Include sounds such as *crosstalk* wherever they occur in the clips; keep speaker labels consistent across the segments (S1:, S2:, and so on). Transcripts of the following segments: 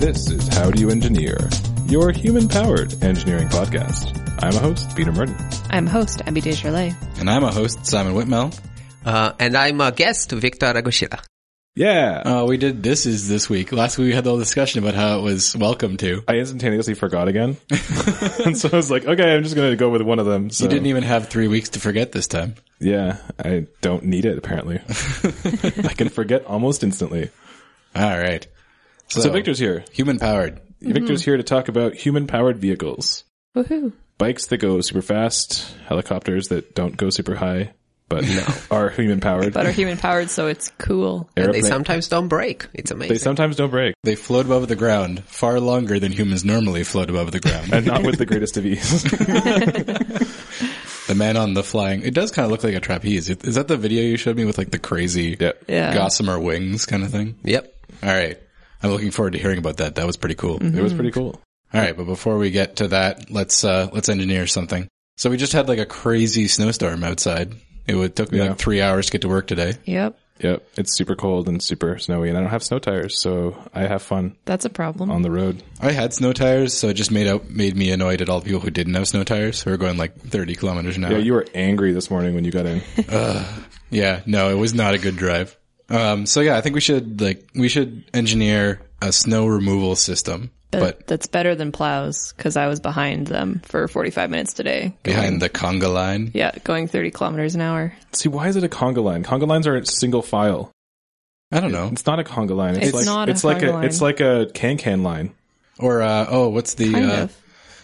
S1: This is How Do You Engineer, your human powered engineering podcast. I'm a host, Peter Merton.
S2: I'm host Abby Desjardins.
S3: And I'm a host, Simon Whitmel.
S4: Uh, and I'm a guest, Victor Ragoshila.
S1: Yeah.
S3: Uh, we did This Is This Week. Last week we had the whole discussion about how it was welcome to.
S1: I instantaneously forgot again. *laughs* and so I was like, okay, I'm just going to go with one of them. So
S3: You didn't even have three weeks to forget this time.
S1: yeah, I don't need it
S3: *laughs*
S1: apparently. I can forget almost instantly.
S3: All right.
S1: So, Victor's here.
S3: Human powered.
S1: Victor's here to talk about human powered vehicles.
S2: Woohoo!
S1: Bikes that go super fast, helicopters that don't go super high, but *laughs* are human powered.
S2: But are human powered, so it's cool.
S4: And they sometimes don't break. It's amazing.
S1: They sometimes don't break,
S3: They float above the ground far longer than humans normally float above the ground.
S1: and not with the greatest of ease.
S3: the man on the flying, it does kind of look like a trapeze. It- Is that the video you showed me with like the crazy
S1: yeah.
S2: Yeah.
S3: gossamer wings kind of thing?
S4: yep.
S3: All right. I'm looking forward to hearing about that. That was pretty cool.
S1: It was pretty cool.
S3: All right, but before we get to that, let's uh let's engineer something. So we just had like a crazy snowstorm outside. It would, took me
S1: Yeah.
S3: like three hours to get to work today.
S2: Yep.
S1: Yep. It's super cold and super snowy and I don't have snow tires, so I have fun
S2: That's a problem.
S1: on the road.
S3: I had snow tires, so it just made out made me annoyed at all the people who didn't have snow tires who were going like thirty kilometers an hour.
S1: Yeah,
S3: Yeah,
S1: you were angry this morning when you got in.
S3: no, it was not a good drive. Um, so yeah, I think we should like we should engineer a snow removal system,
S2: But
S3: but
S2: that's better than plows because I was behind them for 45 minutes today.
S3: behind the conga line.
S2: Yeah, going 30 kilometers an hour.
S1: See, why is it a conga line? Conga lines are a single file.
S3: I don't know,
S1: It's not a conga line. It's,
S2: It's
S1: like
S2: not a
S1: it's like
S2: conga
S1: a
S2: line.
S1: it's like a can can line.
S3: or uh, oh, what's the
S2: Kind
S3: uh,
S2: of.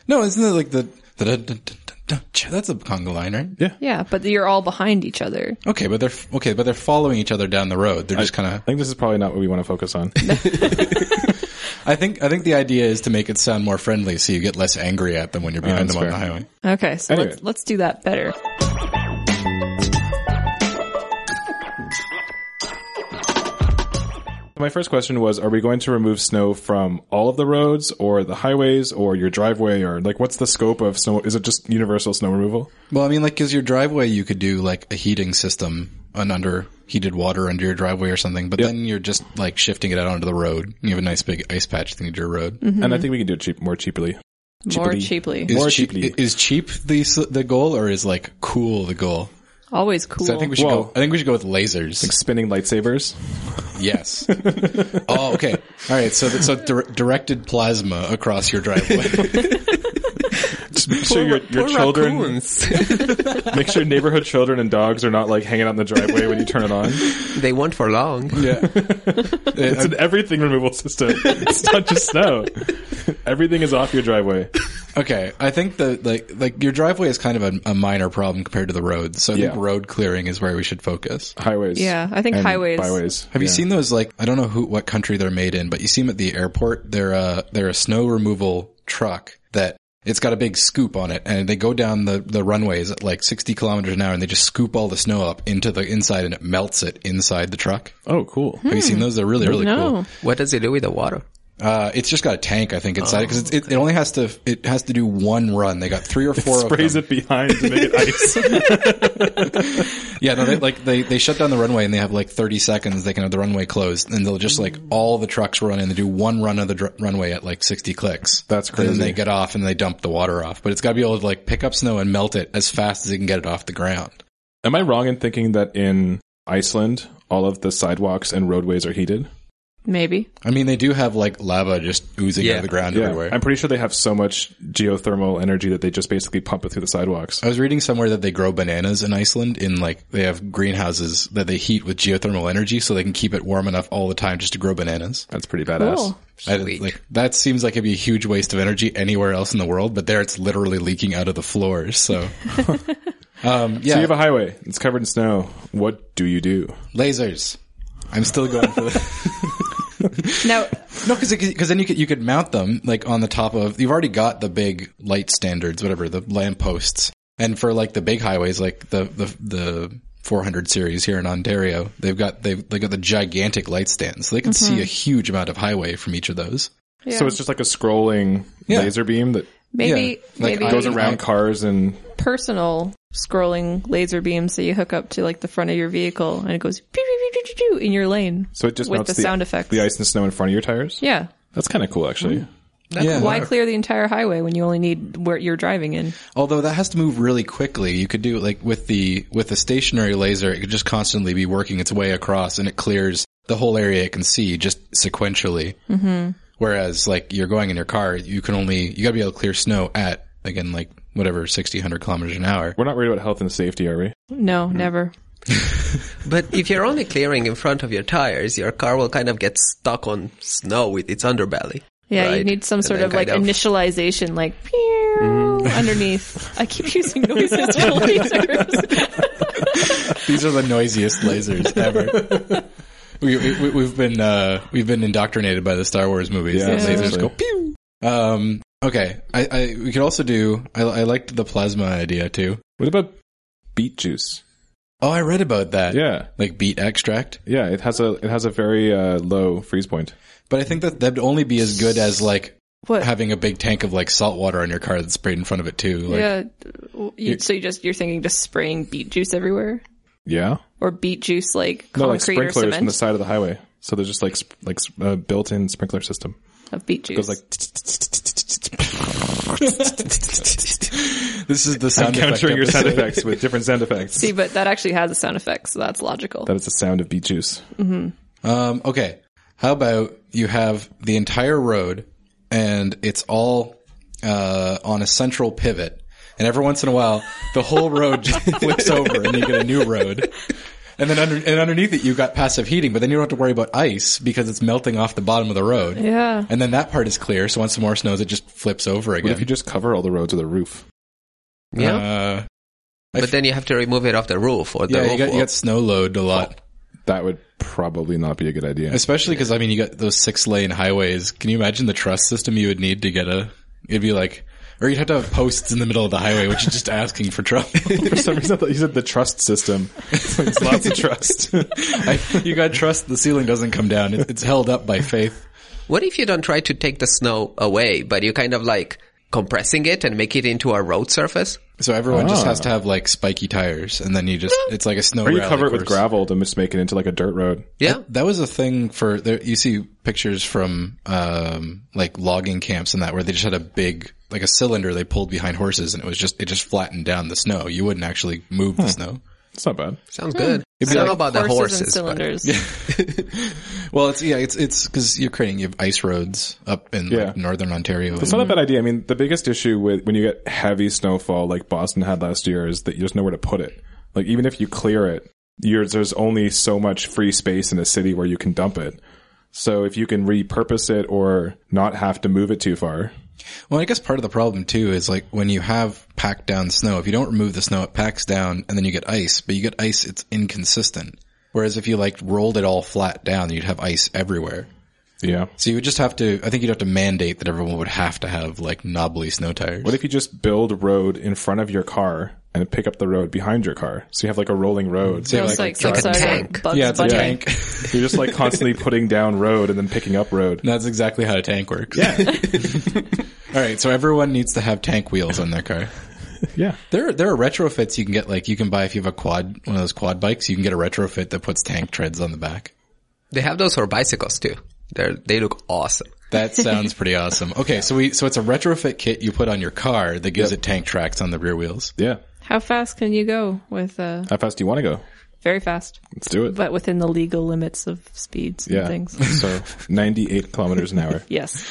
S3: no? Isn't it like the da-da-da-da-da-da-da? that's a conga line, right?
S2: Yeah, but you're all behind each other.
S3: Okay, but they're okay, but they're following each other down the road. They're just kind of.
S1: I think this is probably not what we want to focus
S2: *laughs*
S1: on.
S3: I think I think the idea is to make it sound more friendly, so you get less angry at them when you're behind
S1: Oh, that's
S3: them on the
S1: fair.
S3: highway.
S2: Okay, so
S1: Anyway.
S2: let's, let's do that better.
S1: My first question was are we going to remove snow from all of the roads or the highways or your driveway or like what's the scope of snow is it just universal snow removal?
S3: Well, I mean, like, because your driveway, you could do like a heating system, an under heated water under your driveway or something. But then you're just like shifting it out onto the road. You have a nice big ice patch thing to your road.
S2: Mm-hmm.
S1: And I think we can do it cheap more cheaply.
S2: More cheaply.
S3: Is
S1: More
S3: cheap,
S1: cheaply.
S3: is cheap the s- the goal, or is like cool the goal?
S2: Always cool.
S3: So I think we should
S1: Well-
S3: go. I think we should go with lasers.
S1: Spinning lightsabers.
S2: *laughs*
S3: Yes. oh, okay. All right. So, so dir- directed plasma across
S1: *laughs*
S3: your driveway.
S1: Make sure your, your children
S4: raccoons. *laughs*
S1: Make sure neighborhood children and dogs are not like hanging out in the driveway when you turn it on.
S4: they won't for long.
S3: yeah.
S1: It's an everything removal system. It's not just snow. Everything is off your driveway.
S3: Okay, I think the like like your driveway is kind of a, a minor problem compared to the road. So I
S1: Yeah.
S3: think road clearing is where we should focus.
S1: Highways.
S2: Yeah, I think
S1: and
S2: highways.
S1: Byways.
S3: Have you seen those like I don't know who what country they're made in, but you see them at the airport. They're uh they're a snow removal truck that it's got a big scoop on it, and they go down the the runways at like sixty kilometers an hour, and they just scoop all the snow up into the inside, and it melts it inside the truck.
S1: Oh, cool.
S3: Have you seen those? They're really really cool.
S2: no.
S4: What does it do with the water?
S3: Uh, it's just got a tank, I think, inside because it, it only has to it has to do one run. They got three or four of them.
S1: Sprays it behind to make it
S3: *laughs*
S1: ice.
S3: Yeah, no, they, like they, they shut down the runway and they have like 30 seconds. They can have the runway closed and they'll just like all the trucks run and they do one run of the dr- runway at like 60 clicks.
S1: That's
S3: And
S1: crazy.
S3: then they get off and they dump the water off, but it's got to be able to like pick up snow and melt it as fast as you can get it off the ground.
S1: Am I wrong in thinking that in Iceland, all of the sidewalks and roadways are heated?
S2: Maybe.
S3: I mean, they do have like lava just oozing out
S4: Yeah.
S3: of the ground everywhere.
S1: I'm pretty sure they have so much geothermal energy that they just basically pump it through the sidewalks.
S3: I was reading somewhere that they grow bananas in Iceland in like they have greenhouses that they heat with geothermal energy so they can keep it warm enough all the time just to grow bananas.
S1: That's pretty badass.
S2: Cool.
S3: I-
S4: Sweet.
S3: like that seems like it'd be a huge waste of energy anywhere else in the world, but there it's literally leaking out of the floors.
S1: *laughs*
S3: So, um, yeah,
S1: So you have a highway. It's covered in snow. What do you do?
S3: lasers. I'm still going
S1: *laughs*
S3: for the
S2: Now,
S3: no, because because then you could you could mount them like on the top of you've already got the big light standards, whatever the lampposts, and for like the big highways, like the the the 400 series here in Ontario, they've got they've they got the gigantic light stands, so they can
S1: Mm-hmm.
S3: see a huge amount of highway from each of those.
S2: yeah.
S1: So it's just like a scrolling
S3: Yeah.
S1: laser beam that
S2: maybe,
S3: yeah, like,
S2: maybe
S3: I
S1: goes
S3: mean,
S1: around
S3: like-
S1: cars and
S2: personal scrolling laser beams that you hook up to like the front of your vehicle and it goes pew, pew, pew, pew, pew, pew in your lane
S1: so it just
S2: with
S1: melts
S2: the, sound effects.
S1: the ice and snow in front of your tires.
S2: Yeah.
S1: That's kind of cool, actually.
S3: yeah.
S2: Why clear the entire highway when you only need where you're driving in?
S3: Although that has to move really quickly. You could do like with the with the stationary laser, it could just constantly be working its way across, and it clears the whole area it can see just sequentially. Mm-hmm. Whereas like you're going in your car, you can only you got to be able to clear snow at again like whatever 60, 100 kilometers an hour.
S1: We're not worried about health and safety, are we?
S2: No, never.
S4: But if you're only clearing in front of your tires, your car will kind of get stuck on snow with its underbelly.
S2: Yeah, you
S4: right?
S2: need some
S4: And
S2: sort
S4: then
S2: of like
S4: kind
S2: initialization, like pew, underneath. I keep *laughs* using noises for lasers.
S3: These are the noisiest lasers ever.
S1: *laughs*
S3: we, we, we've been uh, we've been indoctrinated by the Star Wars movies.
S1: Yeah,
S3: The lasers
S1: seriously.
S3: go pew. Um, okay, I, I we could also do. I, I liked the plasma idea too.
S1: What about beet juice?
S3: Oh, I read about that.
S1: Yeah,
S3: like beet extract.
S1: yeah. It has a it has a very uh, low freeze point.
S3: But I think that that'd only be as good as like
S2: What?
S3: having a big tank of like salt water on your car that's sprayed in front of it too. Like,
S2: yeah. w- You, so you just you're thinking just spraying beet juice everywhere,
S1: Yeah,
S2: or beet juice like
S1: no, like
S2: concrete or
S1: sprinklers from
S2: cement
S1: the side of the highway. So there's just like sp- like sp- a built-in sprinkler system.
S2: of beet juice.
S1: It's like
S2: *laughs*
S3: *laughs* This is the sound
S1: countering
S3: effect
S1: your sound
S3: episode.
S1: effects with different sound effects.
S2: See, but that actually has a sound effect, so that's logical.
S1: That is the sound of beet juice.
S3: Um, okay. How about you have the entire road and it's all uh, on a central pivot. And every once in a while, the whole road just *laughs* flips over and you get a new road. And then under, and underneath it, you've got passive heating, but then you don't have to worry about ice because it's melting off the bottom of the road.
S2: yeah.
S3: And then that part is clear. So once the more snows, it just flips over
S1: What if
S3: again.
S1: you just cover all the roads with a roof?
S4: yeah.
S3: Uh,
S4: but then you have to remove it off the roof or the
S3: yeah,
S4: roof.
S3: you got, you
S4: will-
S3: got snow load a lot,
S1: That would probably not be a good idea.
S3: especially because I mean you got those six lane highways. Can you imagine the truss system you would need to get a? It'd be like, or you'd have to have posts in the middle of the highway, which is just asking for *laughs* trouble.
S1: For some reason, I thought you said the trust system. It's lots of trust.
S3: *laughs* I, you got trust. The ceiling doesn't come down. It, it's held up by faith.
S4: What if you don't try to take the snow away, but you kind of like compressing it and make it into a road surface?
S3: So everyone just
S1: Ah.
S3: has to have like spiky tires, and then you just it's like a snow.
S1: or you
S3: rally
S1: cover it with
S3: course.
S1: gravel to just make it into like a dirt road.
S4: Yeah.
S3: That was a thing for there. You see pictures from um, like logging camps and that where they just had a big like a cylinder they pulled behind horses and it was just it just flattened down the snow. You wouldn't actually move the snow.
S1: It's not bad.
S4: Sounds good.
S3: It'd
S4: It's
S3: be
S4: not
S3: like
S4: about the
S2: Horses
S4: horses.
S2: and
S4: but-
S2: cylinders.
S3: Well, it's yeah, it's it's because you're creating you have ice roads up in
S1: Yeah.
S3: like, northern Ontario.
S1: It's
S3: and-
S1: not a bad idea. I mean, the biggest issue with when you get heavy snowfall like Boston had last year is that you just know where to put it. Like even if you clear it, you're, there's only so much free space in a city where you can dump it. So if you can repurpose it or not have to move it too far,
S3: well, I guess part of the problem too is like when you have packed down snow, if you don't remove the snow, it packs down, and then you get ice. But you get ice, it's inconsistent. Whereas if you like rolled it all flat down, you'd have ice everywhere.
S1: yeah.
S3: So you would just have to. I think you'd have to mandate that everyone would have to have like knobbly snow tires.
S1: What if you just build a road in front of your car and pick up the road behind your car? So you have like a rolling road.
S3: So
S1: So
S3: you're
S2: It's like,
S3: driving-
S2: some sort of
S4: tank.
S2: Bugs
S3: yeah, it's a
S2: Bunny.
S3: tank.
S1: you're just like constantly putting down road and then picking up road.
S3: *laughs* That's exactly how a tank works. Yeah. *laughs* All right, so everyone needs to have tank wheels on their car.
S1: Yeah.
S3: There, there are retrofits you can get. Like you can buy if you have a quad, one of those quad bikes, you can get a retrofit that puts tank treads on the back.
S4: They have those for bicycles too. They're, they look awesome.
S3: That sounds *laughs* pretty awesome. Okay, so we, so it's a retrofit kit you put on your car that gives it tank tracks on the rear wheels.
S1: Yeah.
S2: How fast can you go with uh
S1: How fast do you want to go?
S2: very fast,
S1: Let's do it.
S2: but within the legal limits of speeds
S1: yeah.
S2: and
S3: *laughs*
S1: *laughs*
S2: things?
S1: So 98 kilometers an hour.
S2: Yes.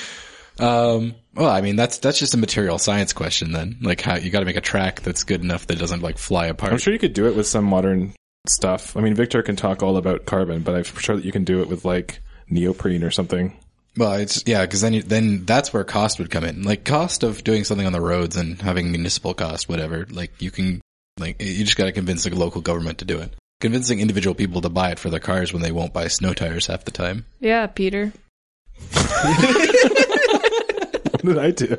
S3: Um, well, I mean that's that's just a material science question then. Like how you got to make a track that's good enough that doesn't like fly
S1: I'm
S3: apart.
S1: sure you could do it with some modern stuff. I mean, Victor can talk all about carbon, but I'm sure that you can do it with like neoprene or something. *laughs*
S3: Well, it's yeah, because then you, then that's where cost would come in. Like cost of doing something on the roads and having municipal cost, whatever. Like you can like you just got to convince the local government to do it. Convincing individual people to buy it for their cars when they won't buy snow tires half the time.
S2: Yeah, Peter.
S1: What did I do?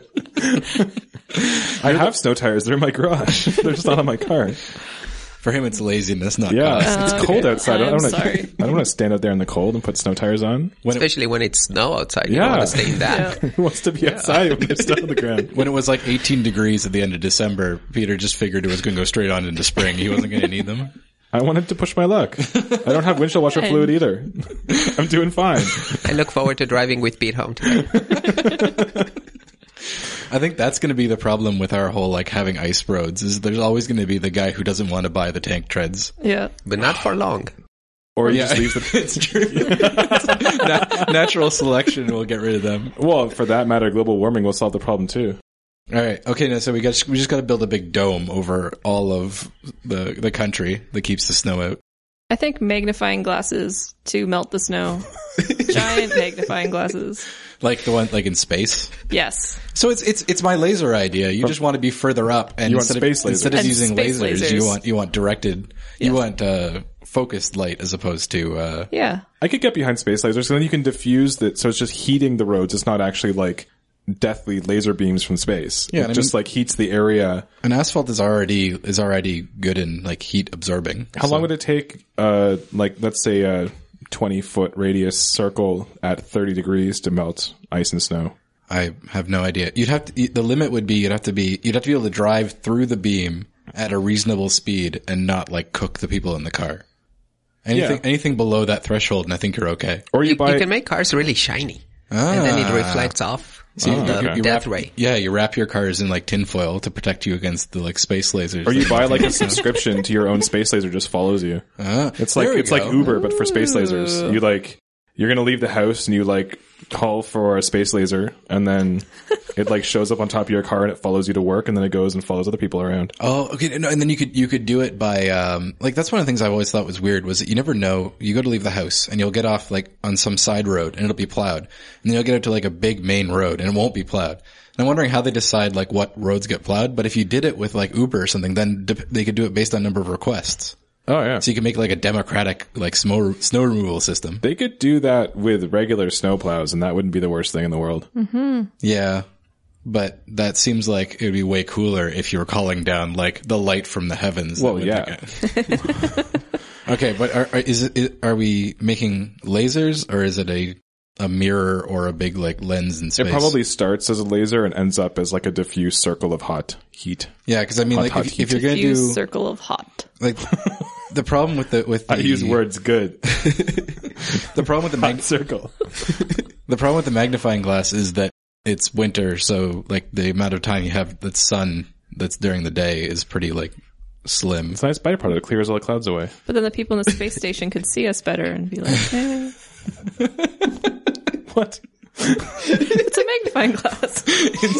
S1: I have snow tires. They're in my garage. *laughs* They're just not on my car.
S3: For him, it's laziness, not
S1: Yeah,
S3: cost.
S1: it's
S2: okay.
S1: cold outside. I
S2: I'm
S1: don't want
S2: sorry.
S1: to. I don't want to stand out there in the cold and put snow tires on. *laughs*
S3: When it,
S4: Especially when it's snow outside. You
S1: Yeah.
S4: don't want to stay in that.
S1: *laughs* Who wants to be outside when there's snow on the
S3: *laughs*
S1: ground?
S3: when it was like 18 degrees at the end of December, Peter just figured it was going to go straight on into spring. He wasn't going to need them.
S1: I wanted to push my luck. I don't have windshield washer fluid either. *laughs* I'm doing fine.
S4: I look forward to driving with Pete home today.
S3: I think that's going to be the problem with our whole like having ice roads is there's always going to be the guy who doesn't want to buy the tank treads.
S2: Yeah.
S4: But not for long.
S1: Or he
S3: Yeah,
S1: just leaves *laughs* the
S3: it's true. *laughs* Na- natural selection will get rid of them.
S1: Well, for that matter, global warming will solve the problem too.
S3: All right. Okay. Now, so we got we just got to build a big dome over all of the the country that keeps the snow out.
S2: I think magnifying glasses to melt the
S3: *laughs*
S2: snow. Giant magnifying glasses.
S3: Like the one like in space.
S2: Yes.
S3: So it's it's it's my laser idea. You just want to be further up, and
S1: You want
S3: instead
S1: space
S3: of, instead
S2: lasers.
S3: of
S2: And
S3: using
S2: space
S3: lasers,
S2: lasers.
S3: you want you want directed,
S2: Yeah.
S3: you want uh, focused light as opposed to uh,
S2: Yeah.
S1: I could get behind space lasers, and then you can diffuse the So it's just heating the roads. It's not actually like deathly laser beams from space.
S3: Yeah,
S1: it
S3: and I
S1: just like heats the area.
S3: an asphalt is already is already good in like heat absorbing.
S1: How long would it take? Uh, like let's say a twenty foot radius circle at thirty degrees to melt ice and snow.
S3: I have no idea. You'd have to, the limit would be you'd have to be you'd have to be able to drive through the beam at a reasonable speed and not like cook the people in the car. Anything
S1: Yeah.
S3: anything below that threshold, and I think you're okay.
S1: Or you,
S4: You,
S1: buy Ah.
S4: you can make cars really shiny. And then it reflects off the
S1: Oh, okay.
S4: death
S3: wrap-
S4: ray.
S3: Yeah, you wrap your cars in like tinfoil to protect you against the like space lasers.
S1: or you buy like a subscription to your own space laser just follows you. It's like
S3: There we
S1: it's
S3: go.
S1: like Uber but for space lasers. You like you're gonna leave the house and you like call for a space laser and then it like shows up on top of your car and it follows you to work and then it goes and follows other people around.
S3: Oh, okay. No, and then you could you could do it by um like that's one of the things I've always thought was weird was that you never know you go to leave the house and you'll get off like on some side road and it'll be plowed and then you'll get out to like a big main road and it won't be plowed. And I'm wondering how they decide like what roads get plowed. But if you did it with like Uber or something, then dep they could do it based on number of requests.
S1: Oh yeah.
S3: So you can make like a democratic like snow snow removal system.
S1: they could do that with regular snowplows and that wouldn't be the worst thing in the world.
S3: Yeah. But that seems like it would be way cooler if you were calling down like the light from the heavens. that
S1: Well,
S3: would-
S1: yeah.
S3: Okay, but are, are is it is, are we making lasers or is it a a mirror or a big like lens in space?
S1: It probably starts as a laser and ends up as like a diffuse circle of hot heat.
S3: yeah, because I mean, like
S1: hot
S3: if,
S1: heat.
S3: if you're gonna
S2: Huge
S3: do
S2: circle of hot.
S1: *laughs*
S3: like the problem with the with the,
S1: I use words *laughs* good.
S3: the problem with the mag-
S1: circle.
S3: the problem with the magnifying glass is that it's winter, so like the amount of time you have the sun that's during the day is pretty like
S1: *laughs*
S3: slim.
S1: It's a nice byproduct. It clears all the clouds away.
S2: But then the people in the
S3: *laughs*
S2: space station could see us better and be like, hey.
S1: What?
S2: It's a magnifying
S3: *laughs*
S2: glass.
S3: in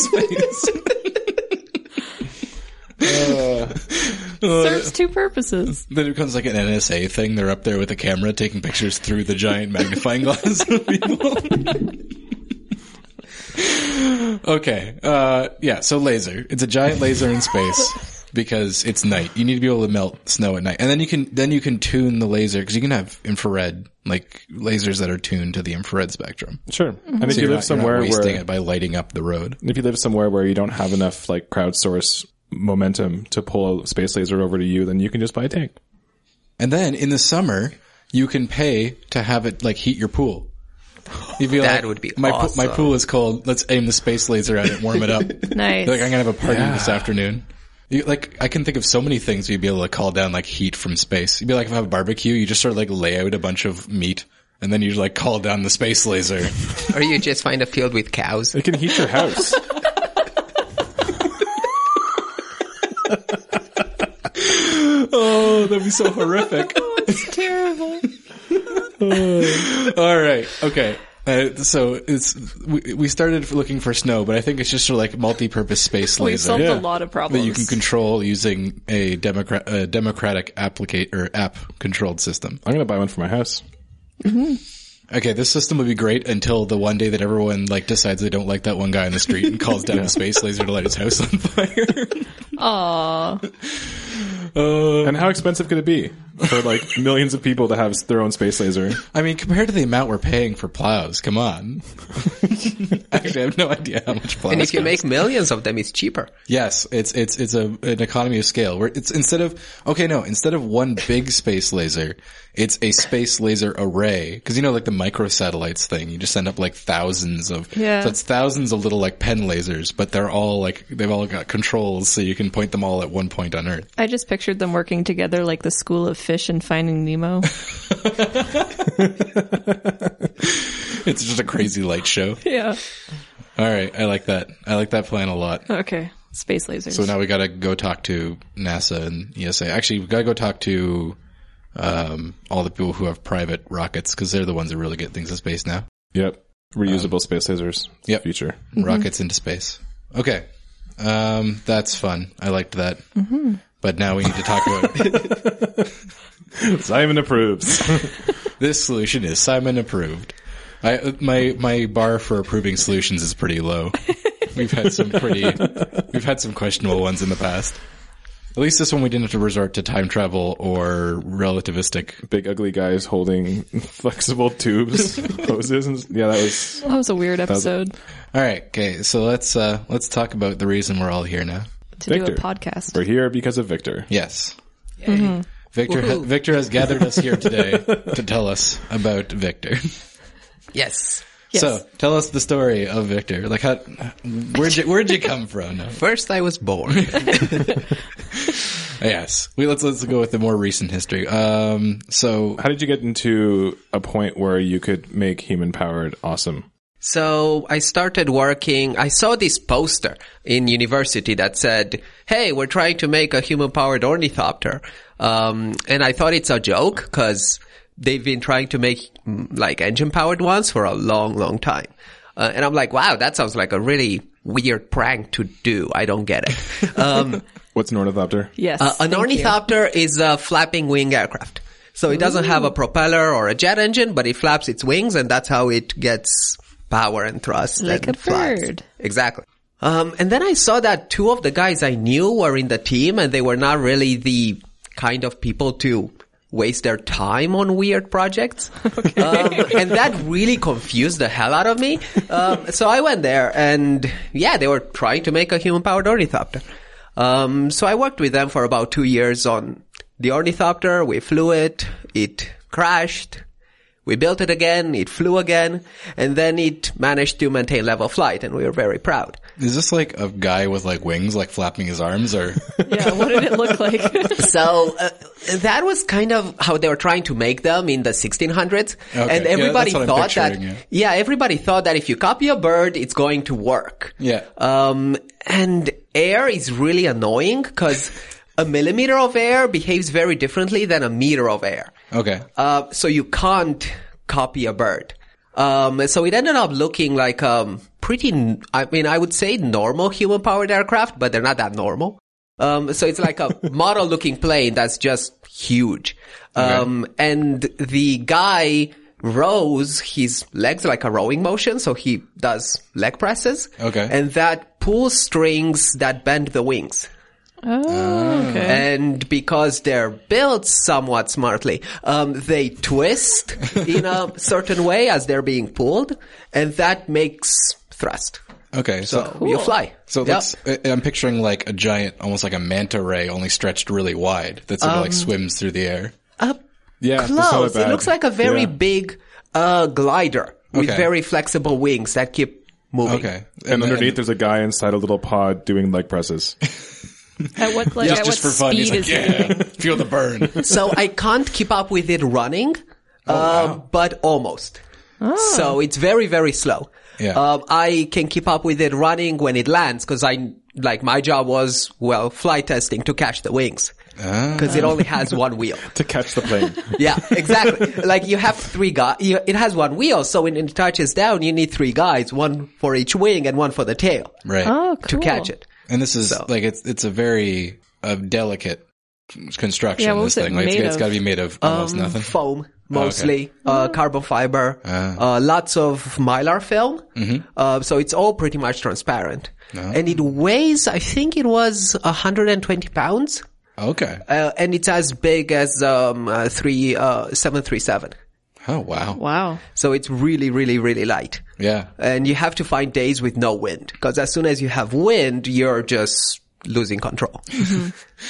S3: space. uh,
S2: Serves two purposes.
S3: Then it becomes like an NSA thing. They're up there with a camera taking pictures through the giant magnifying glass of people. okay. Uh, yeah. So laser. It's a giant laser in space because it's night. You need to be able to melt snow at night. And then you can, then you can tune the laser because you can have infrared, like lasers that are tuned to the infrared spectrum.
S1: Sure. And if you
S3: Mm-hmm. So you're
S1: live
S3: not- you're not
S1: somewhere
S3: wasting
S1: where
S3: it by lighting up the road.
S1: if you live somewhere where you don't have enough like crowdsource momentum to pull a space laser over to you, then you can just buy a tank.
S3: And then in the summer, you can pay to have it like heat your pool. You'd be
S4: That would be
S3: my pool- my
S4: awesome."
S3: pool is cold. Let's aim the space laser at it, warm it
S2: *laughs*
S3: up. like
S2: Nice.
S3: I'm gonna have a party this afternoon. You, like I can think of so many things you'd be able to call down like heat from space. You'd be like if I have a barbecue, you just sort of like lay out a bunch of meat, and then you like call down the space laser.
S4: Or you just find a field
S1: *laughs*
S4: with cows.
S1: It can heat your
S3: *laughs*
S1: house.
S3: *laughs* oh, that'd be so horrific.
S2: It's terrible.
S3: *laughs* All right. Okay. Uh, so it's we, we started looking for snow, but I think it's just sort of like multi-purpose space
S2: We've
S3: laser.
S2: solved a lot of
S3: that
S2: problems.
S3: you can control using a democrat a democratic applicate or app controlled system.
S1: I'm gonna buy one for my house.
S3: Okay, this system would be great until the one day that everyone like decides they don't like that one guy on the street and calls
S4: *laughs*
S3: down the space laser to light his house on fire.
S2: Aww.
S3: Uh,
S1: And how expensive could it be for like millions of people to have their own space laser?
S3: I mean, compared to the amount we're paying for plows, come on. *laughs* Actually, I have no idea how much plows.
S4: And if you
S3: cost.
S4: make millions of them, it's cheaper.
S3: Yes, it's it's it's a an economy of scale where it's instead of okay no instead of one big space laser, it's a space laser array because you know like the microsatellites thing you just send up like thousands of
S2: Yeah.
S3: so it's thousands of little like pen lasers but they're all like they've all got controls so you can point them all at one point on Earth.
S2: I
S3: *laughs*
S2: just pictured them working together like the school of fish in Finding
S3: *laughs*
S2: Nemo?
S3: It's just a crazy light show.
S2: yeah.
S3: All right, I like that. I like that plan a lot.
S2: Okay. Space lasers.
S3: So now we gotta go talk to NASA and ESA. Actually, we gotta go talk to um, all the people who have private rockets because they're the ones that really get things in space now.
S1: Yep. Reusable space lasers.
S3: Um, yep.
S1: Future.
S3: Rockets into space. Okay, um, that's fun. I liked that. But now we need to talk about *laughs*
S1: Simon approves.
S3: this solution is Simon approved. I my my bar for approving solutions is pretty low. We've had some pretty we've had some questionable ones in the past. At least this one we didn't have to resort to time travel or relativistic
S1: *laughs* Big ugly guys holding *laughs* flexible
S3: *laughs*
S1: tubes, hoses, and yeah, that was
S2: that was a weird episode
S3: All right, okay. So let's uh let's talk about the reason we're all here now.
S2: to do a
S1: Victor.
S2: podcast.
S1: we're here because of Victor.
S3: Yes. Victor ha-
S4: Woohoo.
S3: Victor has gathered us here
S4: *laughs*
S3: today to tell us about Victor.
S4: Yes.
S2: Yes.
S3: So, tell us the story of Victor. Like how where'd you, where'd you come
S4: *laughs*
S3: from? No.
S4: First, I was born.
S3: Yes. We let's let's go with the more recent history. Um so
S1: How did you get into a point where you could make human powered awesome?
S4: So I started working. I saw this poster in university that said, "Hey, we're trying to make a human-powered ornithopter," um, and I thought it's a joke because they've been trying to make mm, like engine-powered ones for a long, long time. Uh, and I'm like, "Wow, that sounds like a really weird prank to do. I don't get
S2: *laughs*
S4: it." Um,
S1: What's an ornithopter?
S2: yes.
S4: uh, an *laughs*
S2: thank you.
S4: ornithopter is a flapping wing aircraft. So it doesn't have a propeller or a jet engine, but it flaps its wings and that's how it gets power and thrust.
S2: Like
S4: and
S2: a
S4: flies.
S2: bird.
S4: Exactly. Um, and then I saw that two of the guys I knew were in the team and they were not really the kind of people to waste their time on
S2: *laughs*
S4: weird projects. Um, and that really confused the hell out of me. Um, so I went there and yeah, they were trying to make a human powered ornithopter. Um, so I worked with them for about two years on the ornithopter. We flew it. It crashed. We built it again. It flew again. And then it managed to maintain level flight and we were
S3: *laughs*
S4: very proud.
S3: is this like a guy with like wings like flapping his arms
S4: *laughs*
S3: or
S2: Yeah. What did it look like?
S4: So uh, that was kind of how they were trying to make them in the 1600s,
S3: Okay.
S4: and
S3: Yeah,
S4: everybody
S3: that's what I'm
S4: thought that
S3: picturing, yeah.
S4: yeah. everybody thought that if you copy a bird, it's going to work.
S3: Yeah.
S4: Um, and air is really annoying because a millimeter of air behaves very differently than a meter of air.
S3: Okay.
S4: Uh, so you can't copy a bird. Um, so it ended up looking like um pretty. n- I mean, I would say normal human powered aircraft, but they're not that normal. Um, so it's like a model looking plane that's just huge. Um, and the guy rows his legs like a rowing motion, so he does leg presses.
S3: Okay.
S4: and that pulls strings that bend the wings.
S2: *laughs* oh, okay.
S4: And because they're built somewhat smartly, um, they twist in a certain way as they're being pulled, and that makes thrust.
S3: Okay. So,
S4: So you fly.
S3: So
S4: Yeah.
S3: that's, I- I'm picturing like a giant, almost like a manta ray, only stretched really wide that sort of
S4: Um,
S3: like swims through the air.
S1: Yeah, that's not
S4: close. It
S1: bad.
S4: looks like a very
S1: Yeah.
S4: big uh, glider with
S3: Okay.
S4: very flexible wings that keep moving.
S3: Okay.
S1: And underneath, there's a guy inside a little pod doing leg presses. *laughs*
S2: at what like
S3: just,
S2: at
S3: just for
S2: what
S3: fun,
S2: speed
S3: he's like,
S2: is
S3: yeah, *laughs* feel the burn.
S4: so I can't keep up with it running, um, but almost. So it's very, very slow.
S3: Yeah.
S4: Um, I can keep up with it running when it lands because I, like my job was, well, flight testing to catch the wings because it only has one wheel.
S1: to catch the
S4: *laughs*
S1: plane.
S4: Yeah, exactly. like you have three guys. It has one wheel. So when it touches down, you need three guys, one for each wing and one for the tail
S3: Right.
S2: Oh, cool.
S4: to catch it.
S3: And this is like, it's, it's a very uh, delicate construction.
S2: Yeah, what
S3: this
S2: was it
S3: thing. Like, it's-
S2: made
S3: it's
S2: of? um,
S3: got to be made of almost nothing.
S4: foam mostly uh, carbon fiber uh, lots of mylar film uh, so it's all pretty much transparent and it weighs i think it was 120 pounds
S3: Okay.
S4: uh, and it's as big as um, uh, 3 uh, 737
S3: Oh, wow.
S2: Wow.
S4: so it's really really really light
S3: Yeah.
S4: and you have to find days with no wind because as soon as you have wind you're just losing control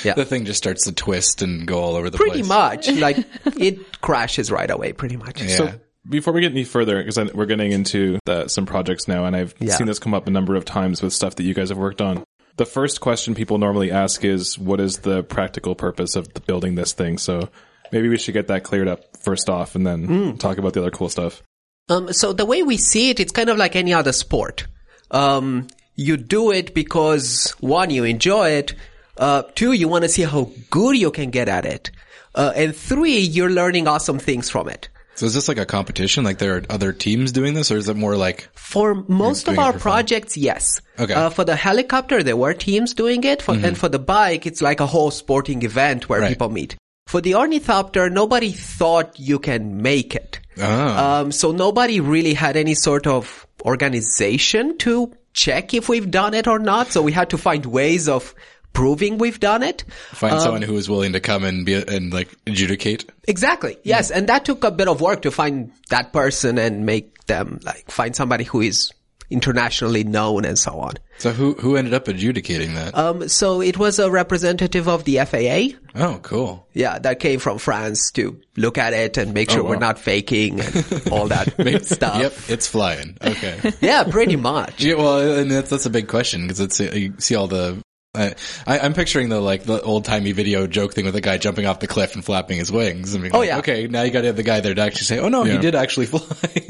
S3: The thing just starts to twist and go all over the
S4: pretty
S3: place.
S4: much like it crashes right away pretty much
S3: Yeah.
S1: So before we get any further, because we're getting into the, some projects now, and I've
S4: Yeah.
S1: seen this come up a number of times with stuff that you guys have worked on. The first question people normally ask is, "What is the practical purpose of the- building this thing?" So Maybe we should get that cleared up first off and then
S4: Hmm.
S1: talk about the other cool stuff.
S4: Um, so the way we see it, it's kind of like any other sport. Um, you do it because one, you enjoy it. Uh, two, you want to see how good you can get at it. Uh, and three, you're learning awesome things from it.
S3: So is this like a competition? Like there are other teams doing this, or is it more like
S4: For most of
S3: doing it
S4: our
S3: for fun.
S4: projects, yes.
S3: Okay. Mm-hmm.
S4: Uh, for the helicopter, there were teams doing it, for, and for the bike, it's like a whole sporting event where
S3: Right.
S4: people meet. For the ornithopter, nobody thought you can make it.
S3: ah,
S4: Um, so nobody really had any sort of organization to check if we've done it or not. So we had to find ways of proving we've done it.
S3: find
S2: Um,
S3: someone who is willing to come and be and like adjudicate? Mm.
S4: Exactly. Yes. And that took a bit of work to find that person and make them like find somebody who is internationally known and so on.
S3: So who who ended up adjudicating that?
S2: Uh,
S4: Um, so it was a representative of the FAA.
S3: oh, cool.
S4: Yeah, that came from France to look at it and
S1: Oh,
S4: make sure we're not faking and all
S1: *laughs*
S4: that stuff.
S3: Yep, it's flying. Okay.
S4: Yeah, pretty much.
S1: *laughs*
S3: Yeah, well, and that's that's a big question because it's uh, you see all the. I, I- I'm picturing the like the old timey video joke thing with the guy jumping off the cliff and flapping his wings. And being oh
S4: yeah.
S3: okay. Now you got to have the guy there to actually say, "Oh no, he
S1: Yeah.
S3: did actually *laughs* fly."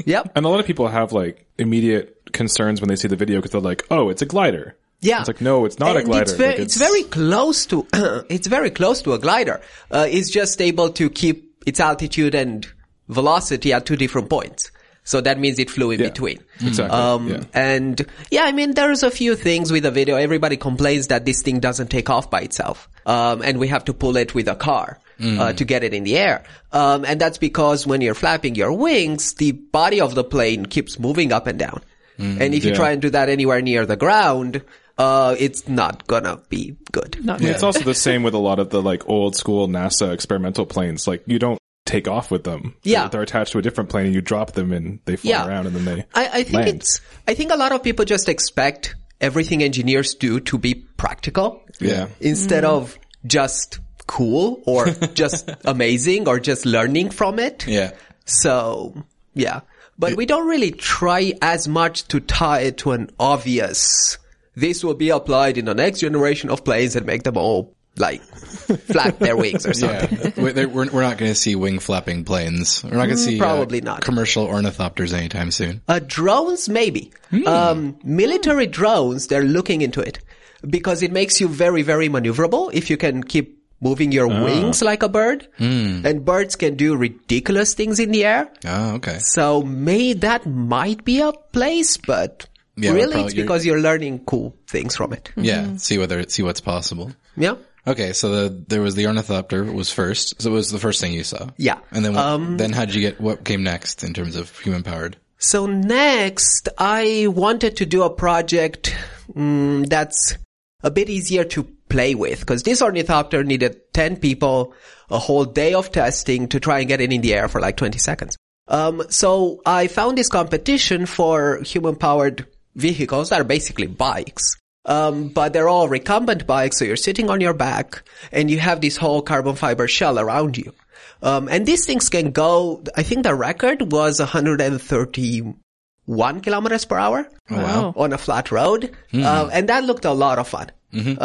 S4: Yep.
S1: And a lot of people have like immediate concerns when they see the video because they're like, oh, it's a glider.
S4: Yeah.
S1: It's like, no, it's not a
S4: And
S1: glider.
S4: It's very,
S1: Like,
S4: it's very close to, *clears throat* it's very close to a glider. Uh, it's just able to keep its altitude and velocity at two different points. So that means it flew in between.
S1: Exactly,
S4: Um,
S1: yeah.
S4: and yeah, I mean, there's a few things with the video. Everybody complains that this thing doesn't take off by itself. Um, and we have to pull it with a car. Uh, to get it in the air. Um, and that's because when you're flapping your wings, the body of the plane keeps moving up and down. And if you
S1: Yeah.
S4: try and do that anywhere near the ground, uh, it's not gonna be good.
S2: Not
S1: It's also the same with a lot of the like old school NASA experimental planes. Like you don't take off with them.
S4: Yeah.
S1: They're, they're attached to a different plane and you drop them and they fly
S4: Yeah.
S1: around and then they
S4: I, I think
S1: land.
S4: it's, I think a lot of people just expect everything engineers do to be practical.
S1: Yeah.
S4: Instead of just cool or just amazing or just learning from it.
S3: yeah.
S4: So, yeah. But we don't really try as much to tie it to an obvious, this will be applied in the next generation of planes and make them all like flap their wings or something.
S3: Yeah, We- there- we're, we're not going to see wing flapping planes. We're not going to see uh,
S4: Mm, probably not.
S3: commercial ornithopters anytime soon.
S4: Uh, drones, maybe.
S3: Hmm.
S4: Um, military drones, they're looking into it because it makes you very, very maneuverable if you can keep moving your
S3: Ah.
S4: wings like a bird.
S3: Hmm.
S4: And birds can do ridiculous things in the air.
S3: Oh, okay.
S4: So may that might be a place, but
S3: Yeah,
S4: really
S3: probably-
S4: it's because you're learning cool things from it.
S3: Yeah, see whether see what's possible.
S4: Yeah.
S3: Okay, so the there was the ornithopter was first. So it was the first thing you saw.
S4: Yeah. Um,
S3: and then what, then how'd you get what came next in terms of human powered?
S4: So next, I wanted to do a project mm, that's a bit easier to play with because this ornithopter needed 10 people, a whole day of testing to try and get it in the air for like 20 seconds. Um, so I found this competition for human powered vehicles that are basically bikes. Um, but they're all recumbent bikes, so you're sitting on your back and you have this whole carbon fiber shell around you. Um, and these things can go, I think the record was 131 kilometers per hour
S2: Wow.
S4: on a flat road. Um, and that looked a lot of fun.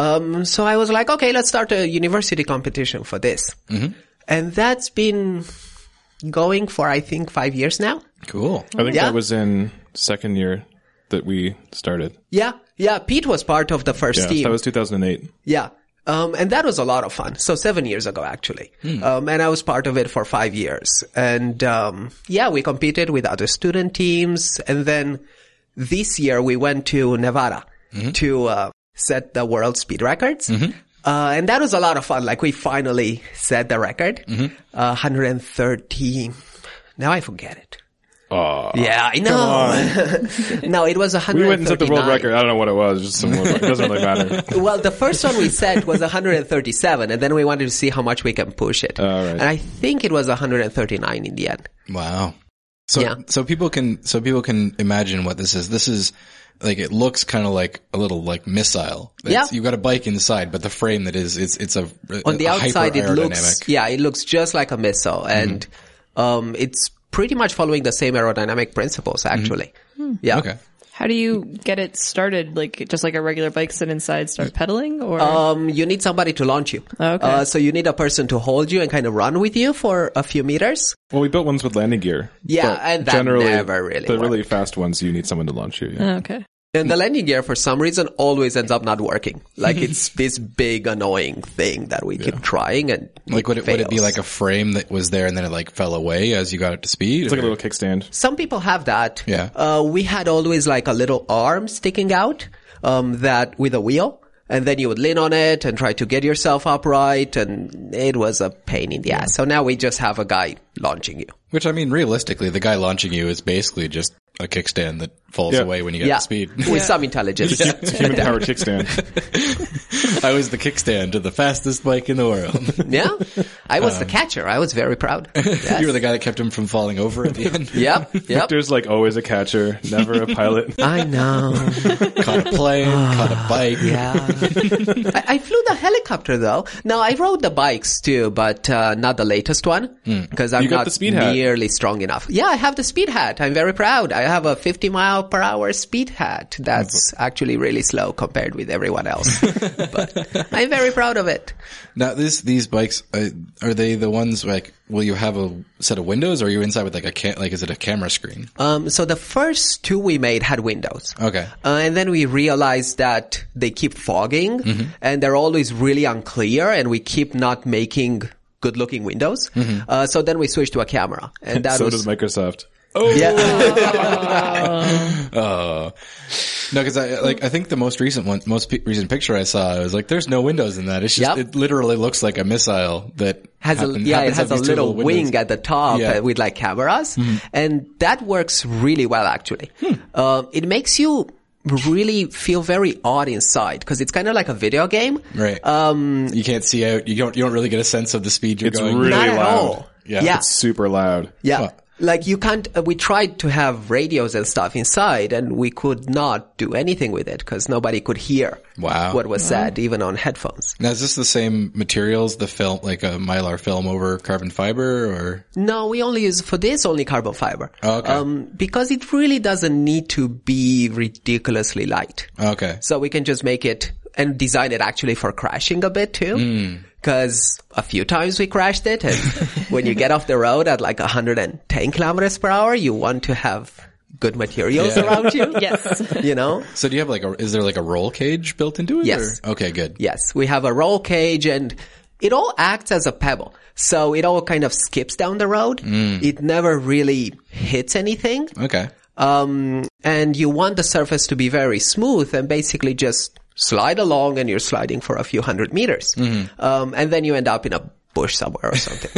S4: Um, so I was like, okay, let's start a university competition for this. And that's been going for, I think, five years now.
S3: Cool.
S1: I think
S4: Yeah.
S1: that was in second year that we started.
S4: Yeah. Yeah. Pete was part of the first
S1: Yeah. so
S4: team.
S1: that was 2008.
S4: Yeah. Um, and that was a lot of fun. So seven years ago, actually.
S1: Hmm.
S4: Um, and I was part of it for five years. And, um, yeah, we competed with other student teams. And then this year we went to Nevada
S1: Mm-hmm.
S4: to, uh, set the world speed records. Uh, and that was a lot of fun. Like we finally set the record,
S1: Mm-hmm.
S4: uh, 130. Now I forget it.
S1: Oh,
S4: Yeah, I know. *laughs* no, it was 139.
S1: we went and set the world record. I don't know what it was. Just some world record. It doesn't really
S4: *laughs*
S1: matter.
S4: Well, the first one we set
S1: *laughs*
S4: was 137, and then we wanted to see how much we can push it.
S1: right.
S4: And I think it was 139 in the end.
S3: Wow. So
S4: Yeah.
S3: so people can so people can imagine what this is. This is like it looks kind of like a little like missile. It's-
S4: Yeah.
S3: You've got a bike inside, but the frame that is it's it's a
S4: On the outside, it looks yeah, it looks just like a missile,
S1: Mm-hmm.
S4: and
S1: Mm-hmm.
S4: um, it's pretty much following the same aerodynamic principles, actually. Yeah.
S3: Okay.
S2: How do you get it started? Like just like a regular bike, sit inside,
S1: Mm.
S2: start pedaling, or
S4: Um, you need somebody to launch you.
S2: Okay.
S4: Uh, so you need a person to hold you and kind of run with you for a few meters.
S1: Well, we built ones with landing gear.
S4: Yeah,
S1: but
S4: and that
S1: generally,
S4: never really Mm.
S1: the really fast ones. You need someone to launch you. Yeah.
S2: Oh, okay.
S4: And the landing gear, for some reason, always ends up not working.
S3: *laughs*
S4: Like it's this big annoying thing that we keep trying and
S3: Like would it, would it be
S4: fails.
S3: like a frame that was there and then it like fell away as you got up to speed?
S1: It's like a little kickstand.
S4: some people have that.
S3: Yeah.
S4: Uh, we had always like a little arm sticking out, um, that with a wheel. And then you would lean on it and try to get yourself upright and it was a pain in the ass. So now we just have a guy launching you.
S3: Which I mean, realistically, the guy launching you is basically just a kickstand that falls
S1: Yeah.
S3: away when you get
S4: Yeah.
S3: up to speed.
S4: *laughs*
S3: *laughs*
S4: With some intelligence. *laughs*
S1: It's a human powered kickstand.
S3: I was the kickstand to the fastest bike in the world. *laughs*
S4: Yeah. I was the catcher. I was very proud. Yes.
S3: Um, you were the guy that kept him from falling over
S4: *laughs*
S3: at the end. *laughs*
S4: Yep. Yep.
S1: There's like always a catcher, never a pilot.
S4: I know.
S3: Caught a plane, caught a bike.
S4: Yeah. *laughs* I, I flew the helicopter though. Now I rode the bikes too, but uh, not the latest one because I'm
S1: Hmm. You got
S4: not
S1: the speed hat.
S4: nearly strong enough. Yeah, I have the speed hat. I'm very proud. I have a 50 mile per hour speed hat. That's
S1: Mm-hmm.
S4: actually really slow compared with
S1: *laughs*
S4: everyone else, but I'm very proud of it.
S3: Now, this these bikes uh, are they the ones like? Will you have a set of windows, or are you inside with like a ca- like? Is it a camera screen?
S4: Um, so the first two we made had windows.
S3: Okay.
S4: Uh, and then we realized that they keep fogging
S3: Mm-hmm.
S4: and they're always really unclear and we keep not making good looking windows.
S3: Mm-hmm.
S4: Uh, so then we switched to a camera
S3: *laughs*
S4: and *laughs* that
S1: so
S4: was,
S1: does Microsoft.
S4: yeah,
S3: Uh, No, because I like I think the most recent one, most pe- recent picture I saw, I was like, "There's no windows in that. It's just
S4: Yep.
S3: it literally looks like a missile that
S4: has a,
S3: happen-
S4: yeah, it
S3: happens to
S4: has a
S3: have these two
S4: little
S3: windows.
S4: wing at the top
S3: Yeah. Mm-hmm.
S4: uh, with like cameras and that works really well actually.
S3: Hmm.
S4: Um, it makes you really feel very odd inside because it's kind of like a video game.
S3: Right. Um, you can't see out. You don't. You don't really get a sense of the speed you're
S1: It's
S3: going.
S1: really
S4: Not at
S1: loud.
S4: all.
S3: Yeah.
S4: Yeah.
S1: It's super loud.
S4: Yeah.
S3: Fuck.
S4: Like you can't, uh, we tried to have radios and stuff inside and we could not do anything with it because nobody could hear
S3: Wow.
S4: what was said, even on headphones.
S3: Now, is this the same materials, the film, like a mylar film over carbon fiber, or
S4: No, we only use for this only carbon fiber.
S3: Oh, Okay.
S4: Um, because it really doesn't need to be ridiculously light.
S3: okay?
S4: So we can just make it and design it actually for crashing a bit
S3: Hmm.
S4: too. Because a few times we crashed
S3: *laughs*
S4: it and when you get off the road at like 110 kilometers per hour, you want to have good materials
S3: Yeah.
S4: around you.
S2: Yes.
S4: *laughs* You know?
S3: So, do you have like a? Is there like a roll cage built into it?
S4: Yes.
S3: or- Okay, good.
S4: Yes, we have a roll cage and it all acts as a pebble. So it all kind of skips down the road.
S3: Mm.
S4: It never really hits anything.
S3: Okay.
S4: Um, and you want the surface to be very smooth and basically just slide along and you're sliding for a few hundred meters.
S3: Mm-hmm.
S4: Um, and then you end up in a bush somewhere or something.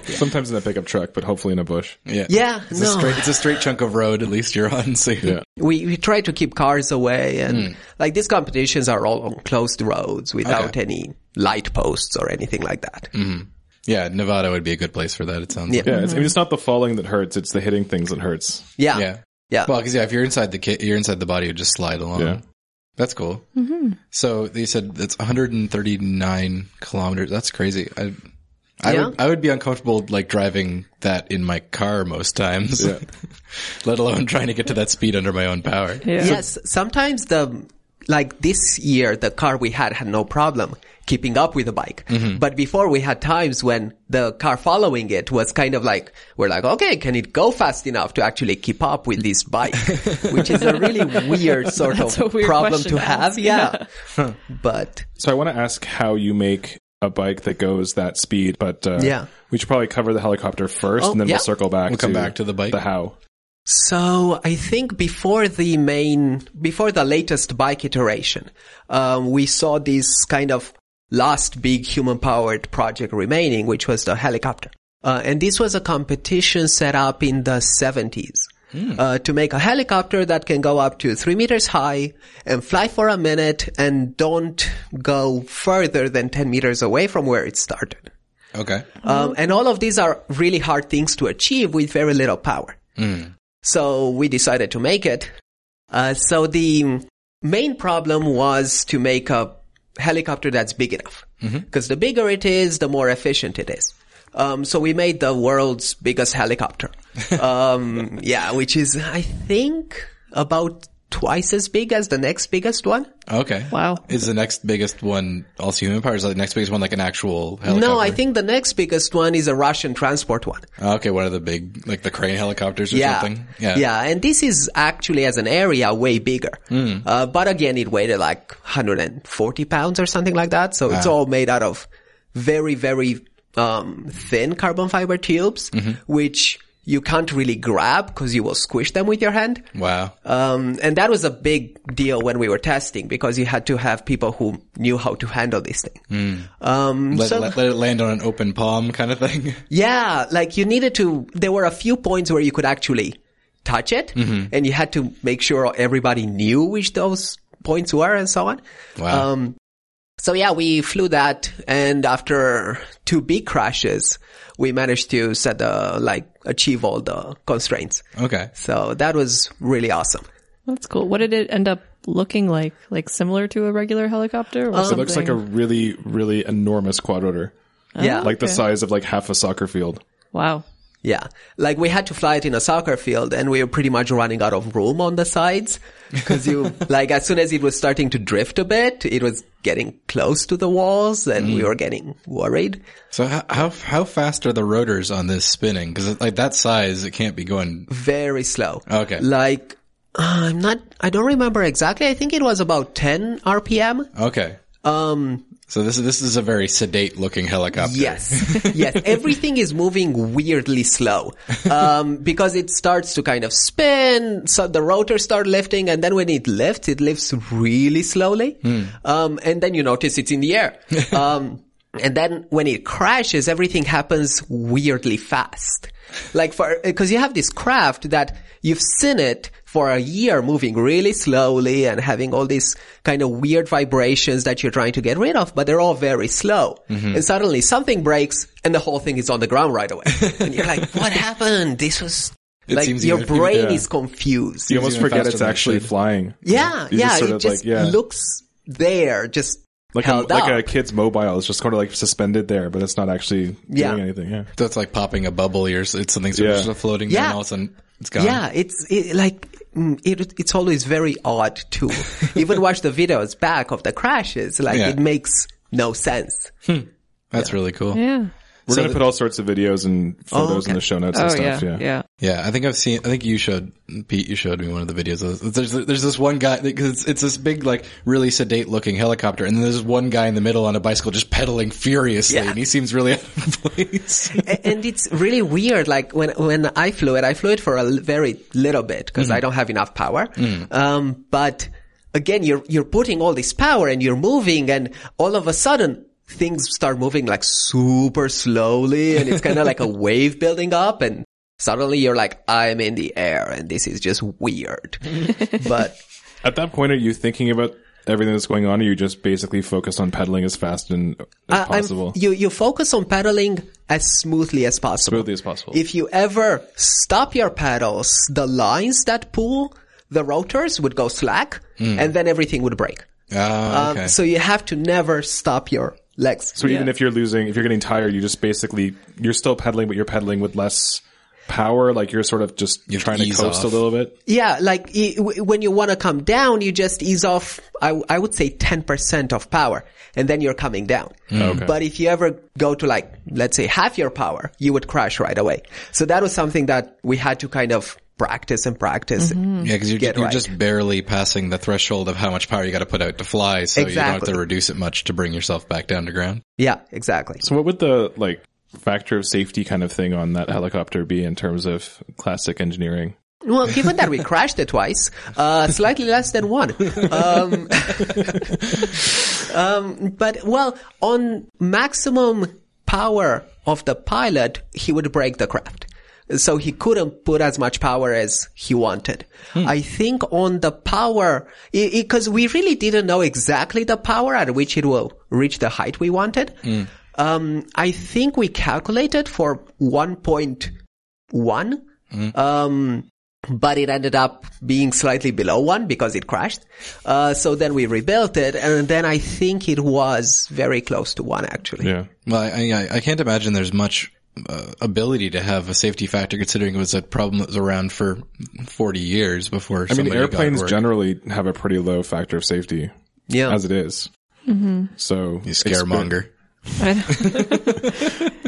S3: *laughs*
S1: Sometimes in a pickup truck, but hopefully in a bush.
S3: Yeah.
S4: Yeah,
S3: It's a
S4: no.
S3: straight. It's a straight chunk of road. At least you're on. *laughs* So yeah.
S4: we, we try to keep cars away and
S3: Mm.
S4: like these competitions are all on closed roads without
S3: Okay. Mm.
S4: any light posts or anything like that.
S3: Yeah, Nevada would be a good place for that. It sounds.
S4: Yeah.
S1: Yeah, it's, I mean, it's not the falling that hurts; it's the hitting things that hurts.
S4: Yeah.
S3: Like. Yeah.
S4: Yeah.
S3: Well, because yeah, if you're inside the ki- you're inside the body, you just slide along.
S1: Yeah.
S3: That's cool. Mm-hmm. So they said that's 139 kilometers. That's crazy. I, I
S4: Yeah.
S3: would I would be uncomfortable like driving that in my car most times,
S1: Yeah.
S3: *laughs* let alone trying to get to that speed under my own power.
S2: *laughs* Yeah.
S4: Yes, sometimes the like this year the car we had had no problem keeping up with the bike. But before we had times when the car following it was kind of like we're like, okay, can it go fast enough to actually keep up with this bike? Which is a really weird sort
S2: That's a
S4: of
S2: weird
S4: problem
S2: question
S4: to
S2: to
S4: have.
S2: ask.
S4: Yeah. but
S1: So I want to ask how you make a bike that goes that speed, but uh,
S4: Yeah.
S1: we should probably cover the helicopter first,
S4: Oh,
S1: and then
S4: yeah.
S1: we'll circle back.
S3: We'll come back to the bike.
S1: The how.
S4: So I think before the main, before the latest bike iteration, um, we saw this kind of last big human powered project remaining, which was the helicopter. Uh, and this was a competition set up in the 70s uh, to make a helicopter that can go up to three meters high and fly for a minute and don't go further than 10 meters away from where it started.
S3: Okay.
S4: Um, and all of these are really hard things to achieve with very little power. So we decided to make it. Uh, so the main problem was to make a helicopter that's big enough. Because the bigger it is, the more efficient it is. Um, so we made the world's biggest helicopter. um, yeah, which is, I think, about twice as big as the next biggest one.
S3: Okay.
S2: Wow.
S3: Is the next biggest one also human powered? Is the next biggest one like an actual helicopter?
S4: No, I think the next biggest one is a Russian transport one.
S3: Okay, one of the big, like the crane helicopters or
S4: yeah.
S3: something.
S4: yeah. and this is actually as an area way bigger.
S3: Hmm.
S4: Uh, but again, it weighed like 140 pounds or something like that. So it's all made out of very, very um, thin carbon fiber tubes,
S3: Mm-hmm.
S4: which you can't really grab because you will squish them with your hand.
S3: Wow.
S4: Um, and that was a big deal when we were testing because you had to have people who knew how to handle this thing.
S3: Hmm.
S4: Um,
S3: let,
S4: so
S3: let, let it land on an open palm kind of thing. *laughs*
S4: yeah, like you needed to, there were a few points where you could actually touch it and you had to make sure everybody knew which those points were and so on.
S3: Wow.
S4: Um, so yeah, we flew that and after two big crashes, we managed to set the, like achieve all the constraints.
S3: Okay.
S4: So that was really awesome.
S2: That's cool. What did it end up looking like? Like similar to a regular helicopter? Or
S1: it looks like a really, really enormous quadrotor,
S4: yeah.
S1: like the
S2: Okay.
S1: size of like half a soccer field.
S2: wow.
S4: Yeah. Like we had to fly it in a soccer field and we were pretty much running out of room on the sides. Cause you, like as soon as it was starting to drift a bit, it was getting close to the walls and we were getting worried.
S3: So how, how, how fast are the rotors on this spinning? Cause like that size, it can't be going.
S4: Very slow.
S3: Okay.
S4: Like, uh, I'm not, I don't remember exactly. I think it was about 10 RPM.
S3: Okay.
S4: Um,
S3: So this is, this is a very sedate looking helicopter.
S4: Yes, *laughs* yes. Everything is moving weirdly slow um, because it starts to kind of spin. So the rotors start lifting, and then when it lifts, it lifts really slowly, um, and then you notice it's in the air. Um, and then when it crashes, everything happens weirdly fast. Like for because you have this craft that you've seen it for a year moving really slowly and having all these kind of weird vibrations that you're trying to get rid of, but they're all very slow.
S1: Mm-hmm.
S4: And suddenly something breaks and the whole thing is on the ground
S1: *laughs*
S4: right away. and you're like, what happened? This was like
S3: seems
S4: your
S3: even-
S4: brain
S1: yeah.
S4: is confused.
S1: You almost
S3: even
S1: forget
S3: faster
S1: it's
S3: than it
S1: actually
S3: should.
S1: flying.
S4: yeah.
S1: You just
S4: Yeah.
S1: sort
S4: It
S1: of like-
S4: just
S1: yeah.
S4: looks there, just
S1: Like a,
S4: held up.
S1: like a kid's mobile is just kind of like suspended there, but it's not actually
S4: Yeah.
S1: doing anything. Yeah.
S3: So it's like popping a bubble or s- it's something sort
S1: Yeah.
S3: of just floating there
S4: Yeah.
S3: and all of a sudden it's gone.
S4: Yeah, it's it, like mm, it, it's always very odd
S3: *laughs*
S4: to even watch the videos back of the crashes. Like
S3: Yeah.
S4: it makes no sense.
S3: That's really cool.
S2: Yeah.
S1: We're gonna put all sorts of videos and photos
S4: Oh,
S1: in
S4: okay.
S1: the show notes
S2: Oh
S1: and stuff.
S2: yeah.
S1: Yeah.
S2: Yeah.
S3: Yeah, I think I've seen. I think you showed Pete. You showed me one of the videos. of- There's there's this one guy because it's, it's this big like really sedate looking helicopter, and then there's one guy in the middle on a bicycle just pedaling furiously,
S4: Yeah.
S3: and he seems really *laughs* out of place.
S4: A- *laughs* and it's really weird. Like when when I flew it, I flew it for a l- very little bit because
S1: Mm-hmm.
S4: I don't have enough power.
S1: Mm.
S4: Um, but again, you're you're putting all this power and you're moving, and all of a sudden things start moving like super slowly, and it's kind of
S1: *laughs*
S4: like a wave building up, and suddenly you're like, I'm in the air, and this is just
S1: *laughs*
S4: weird. but
S1: At that point, are you thinking about everything that's going on, or you just basically focused on pedaling as fast and as
S4: I- I'm-
S1: possible,
S4: you you focus on pedaling as smoothly as possible.
S1: smoothly as possible?
S4: If you ever stop your pedals, the lines that pull the rotors would go slack and then everything would break.
S3: Ah,
S4: Um,
S3: okay.
S4: So you have to never stop your legs.
S1: so even if you're losing, if you're getting tired, you just basically you're still pedaling, but you're pedaling with less power. Like you're sort of just
S3: have to
S1: trying to
S3: ease
S1: coast
S3: off.
S1: a little bit.
S4: yeah, like i- w- when you want to come down, you just ease off, I, w- I would say 10% of power and then you're coming down. But if you ever go to like, let's say half your power, you would crash right away. So that was something that we had to kind of practice and practice.
S3: yeah, because you're,
S4: get
S3: you're
S4: right.
S3: just barely passing the threshold of how much power you got to put out to fly, so you don't have
S4: Exactly.
S3: to reduce it much to bring yourself back down to ground.
S4: Yeah, exactly.
S1: So what would the like factor of safety kind of thing on that helicopter be in terms of classic engineering?
S4: Well, given that we crashed it twice, uh, slightly less than one. Um, *laughs* um, but well, on maximum power of the pilot, he would break the craft. So he couldn't put as much power as he wanted. I think on the power, because we really didn't know exactly the power at which it will reach the height we wanted. Um, I think we calculated for 1.1.
S1: Mm-hmm.
S4: Um, but it ended up being slightly below one because it crashed. Uh, so then we rebuilt it, and then I think it was very close to one actually.
S1: Yeah.
S3: Well, I, I, I can't imagine there's much uh, ability to have a safety factor, considering it was a problem that was around for 40 years before.
S1: I mean, airplanes generally have a pretty low factor of safety
S4: Yeah.
S1: as it is. So
S3: you scaremonger.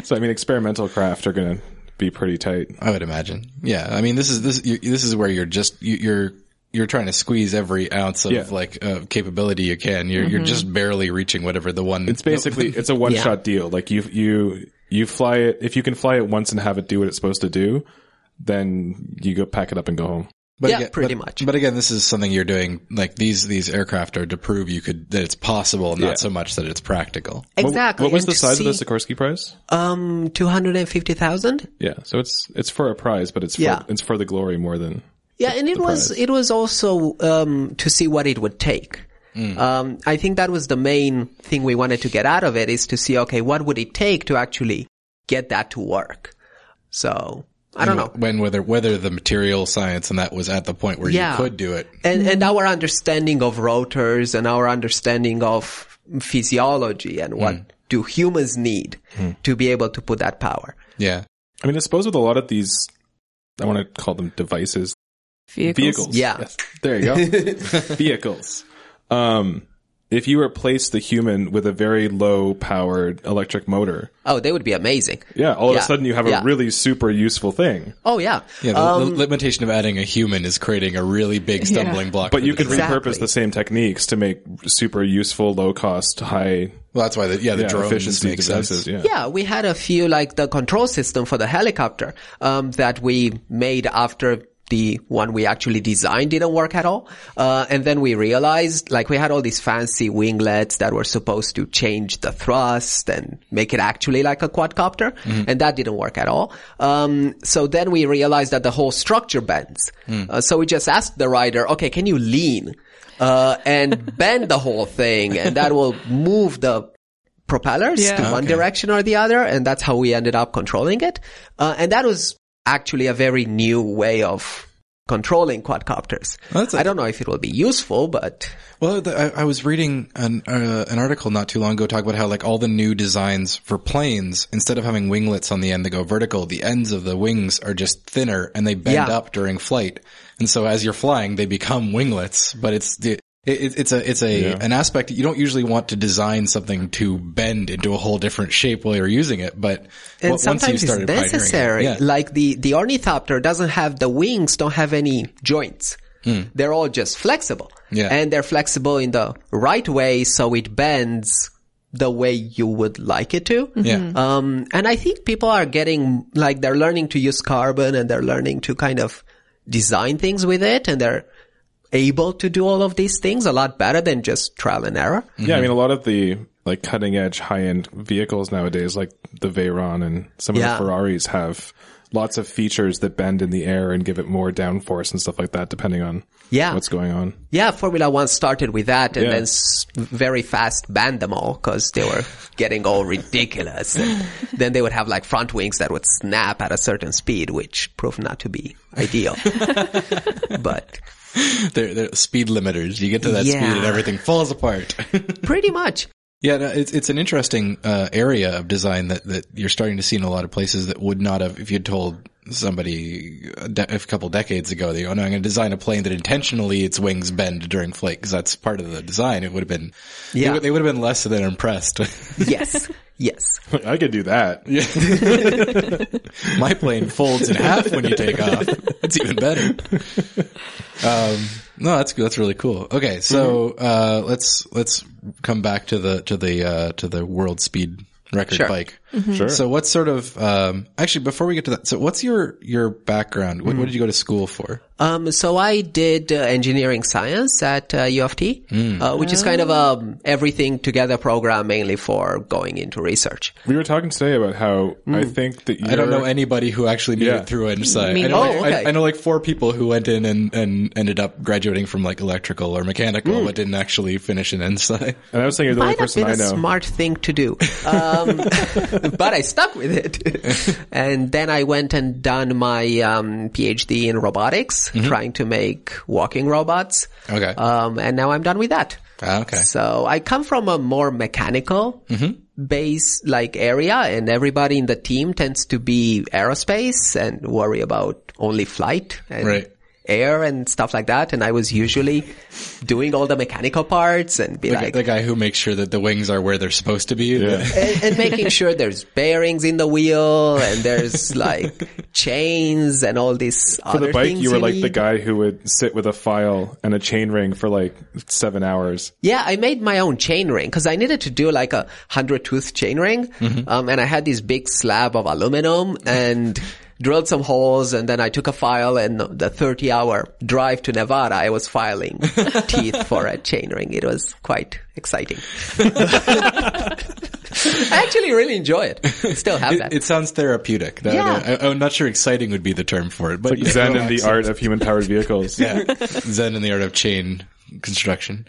S1: So I mean, experimental craft are going to be pretty tight.
S3: I would imagine. Yeah, I mean, this is this you, this is where you're just you, you're you're trying to squeeze every ounce of
S1: Yeah.
S3: like uh, capability you can. You're you're just barely reaching whatever the one.
S1: It's basically it's a one shot deal. Like you you you fly it if you can fly it once and have it do what it's supposed to do, then you go pack it up and go home.
S3: But
S4: Yeah,
S3: aga-
S4: pretty
S3: but-
S4: much.
S3: But again, this is something you're doing. Like these these aircraft are to prove you could that it's possible, not
S1: Yeah.
S3: so much that it's practical.
S1: What-
S4: Exactly.
S1: What, was
S4: and
S1: the
S4: to
S1: size of
S4: see-
S1: the Sikorsky Prize?
S4: Um, 250,000?
S1: Yeah, so it's it's for a prize, but it's for,
S4: Yeah.
S1: it's for the glory more than
S4: Yeah, and it was
S1: prize.
S4: it was also um, to see what it would take.
S3: Mm.
S4: Um, I think that was the main thing we wanted to get out of it is to see okay, what would it take to actually get that to work? So I don't know.
S3: when whether whether the material science and that was at the point where
S4: Yeah.
S3: you could do it.
S4: and and our understanding of rotors and our understanding of physiology and
S3: Mm.
S4: what do humans need to be able to put that power.
S3: Yeah,
S1: I mean, I suppose with a lot of these, I want to call them devices,
S2: *laughs* Vehicles.
S1: vehicles.
S4: Yeah.
S1: Yes. there you go, vehicles. Um, if you replace the human with a very low powered electric motor,
S4: Oh, they would be amazing.
S1: yeah, all of
S4: Yeah.
S1: a sudden you have
S4: Yeah.
S1: a really super useful thing.
S4: Oh yeah.
S3: yeah. The,
S4: Um,
S3: the limitation of adding a human is creating a really big stumbling block.
S1: But
S3: for
S1: you
S3: the
S1: could
S3: design.
S4: Exactly.
S1: repurpose the same techniques to make super useful, low cost, high
S3: well, that's why the yeah the
S1: yeah,
S3: drones
S1: efficiency
S3: make sense.
S1: devices. Yeah.
S4: yeah, we had a few like the control system for the helicopter um, that we made after the one we actually designed didn't work at all. Uh, and then we realized like we had all these fancy winglets that were supposed to change the thrust and make it actually like a quadcopter. And that didn't work at all. Um, so then we realized that the whole structure bends. Uh, so we just asked the rider, okay, can you lean? Uh, and *laughs* bend the whole thing and that will move the propellers
S2: Yeah.
S4: to one direction or the other, and that's how we ended up controlling it. Uh, and that was actually a very new way of controlling quadcopters.
S3: That's a-
S4: I I don't know if it will be useful, but
S3: Well, the, I, I was reading an uh, an article not too long ago talking about how like all the new designs for planes, instead of having winglets on the end that go vertical, the ends of the wings are just thinner and they bend
S4: Yeah.
S3: up during flight. And so as you're flying, they become winglets. But it's the it, it- it's a it's a an aspect that you don't usually want to design something to bend into a whole different shape while you're using it. But
S4: and
S3: on- once you
S4: sometimes it's
S3: started pioneering it-
S4: necessary.
S3: yeah.
S4: Like the the ornithopter doesn't have the wings, don't have any joints. They're all just flexible,
S3: Hmm. Yeah.
S4: and they're flexible in the right way, so it bends the way you would like it to.
S3: Mm-hmm. yeah.
S4: Um, and I think people are getting, like, they're learning to use carbon and they're learning to kind of design things with it and they're able to do all of these things a lot better than just trial and error.
S1: Yeah,
S3: Mm-hmm.
S1: I mean, a lot of the like cutting edge high end vehicles nowadays, like the Veyron and some of
S4: Yeah.
S1: the Ferraris, have lots of features that bend in the air and give it more downforce and stuff like that, depending on
S4: Yeah.
S1: what's going on. *laughs*
S4: Yeah, Formula One started with that and
S1: Yeah.
S4: then s- very fast banned them all because they were getting all ridiculous. And then they would have like front wings that would snap at a certain speed, which proved not to be ideal. but
S3: They're, they're speed limiters. You get to that
S4: Yeah.
S3: speed and everything falls apart. *laughs*
S4: pretty much.
S3: Yeah, no, it's it's an interesting uh, area of design that, that you're starting to see in a lot of places that would not have if you'd told somebody a, de- a couple decades ago that oh no, I'm going to design a plane that intentionally its wings bend during flight because that's part of the design. It would have been they
S4: Yeah.
S3: would, they would have been less than impressed. *laughs*
S4: Yes. Yes.
S1: I could do that.
S3: My plane folds in half when you take off. It's even better. Um, no, that's that's really cool. Okay, so uh, let's let's come back to the to the uh, to the world speed record
S4: Sure.
S3: bike.
S1: Sure.
S3: So what sort of um, actually before we get to that, so what's your your background? What, what did you go to school for?
S4: Um, so I did uh, engineering science at uh, U of T, uh, which is kind of a everything together program mainly for going into research.
S1: we were talking today about how I think that you're,
S3: Mm. I don't know anybody who actually made
S1: Yeah.
S3: it through NSci.
S2: Me
S3: I know,
S4: Oh,
S3: like, I-
S4: okay.
S3: I, know like four people who went in and, and ended up graduating from like electrical or mechanical, but didn't actually finish an NSci.
S1: and I was thinking you're the only
S4: Might have
S1: person
S4: been
S1: I
S4: a
S1: know.
S4: smart thing to do, um, but I stuck with it. and then I went and done my um, PhD in robotics, trying to make walking robots.
S3: Okay.
S4: Um, and now I'm done with that.
S3: Ah, okay.
S4: So I come from a more mechanical base like area and everybody in the team tends to be aerospace and worry about only flight and
S3: Right.
S4: air and stuff like that. And I was usually doing all the mechanical parts and be
S3: The,
S4: like,
S3: the guy who makes sure that the wings are where they're supposed to be.
S1: Yeah.
S4: *laughs* and, and making sure there's bearings in the wheel and there's like chains and all these
S1: For
S4: other
S1: the bike,
S4: things
S1: you were like the
S4: need.
S1: guy who would sit with a file and a chain ring for like seven hours.
S4: Yeah, I made my own chain ring because I needed to do like a hundred tooth chain ring.
S1: Mm-hmm.
S4: Um, and I had this big slab of aluminum and drilled some holes. And then I took a file and the 30 hour drive to Nevada, I was
S1: *laughs*
S4: filing teeth for a chain ring. It was quite
S1: *laughs*
S4: exciting. *laughs* I actually really enjoy it. Still have that.
S3: It, it sounds therapeutic. That-
S4: Yeah.
S3: I, am not sure exciting would be the term for it, but
S1: Like Zen in the art of human powered vehicles.
S3: *laughs* yeah. Zen in the art of chain construction.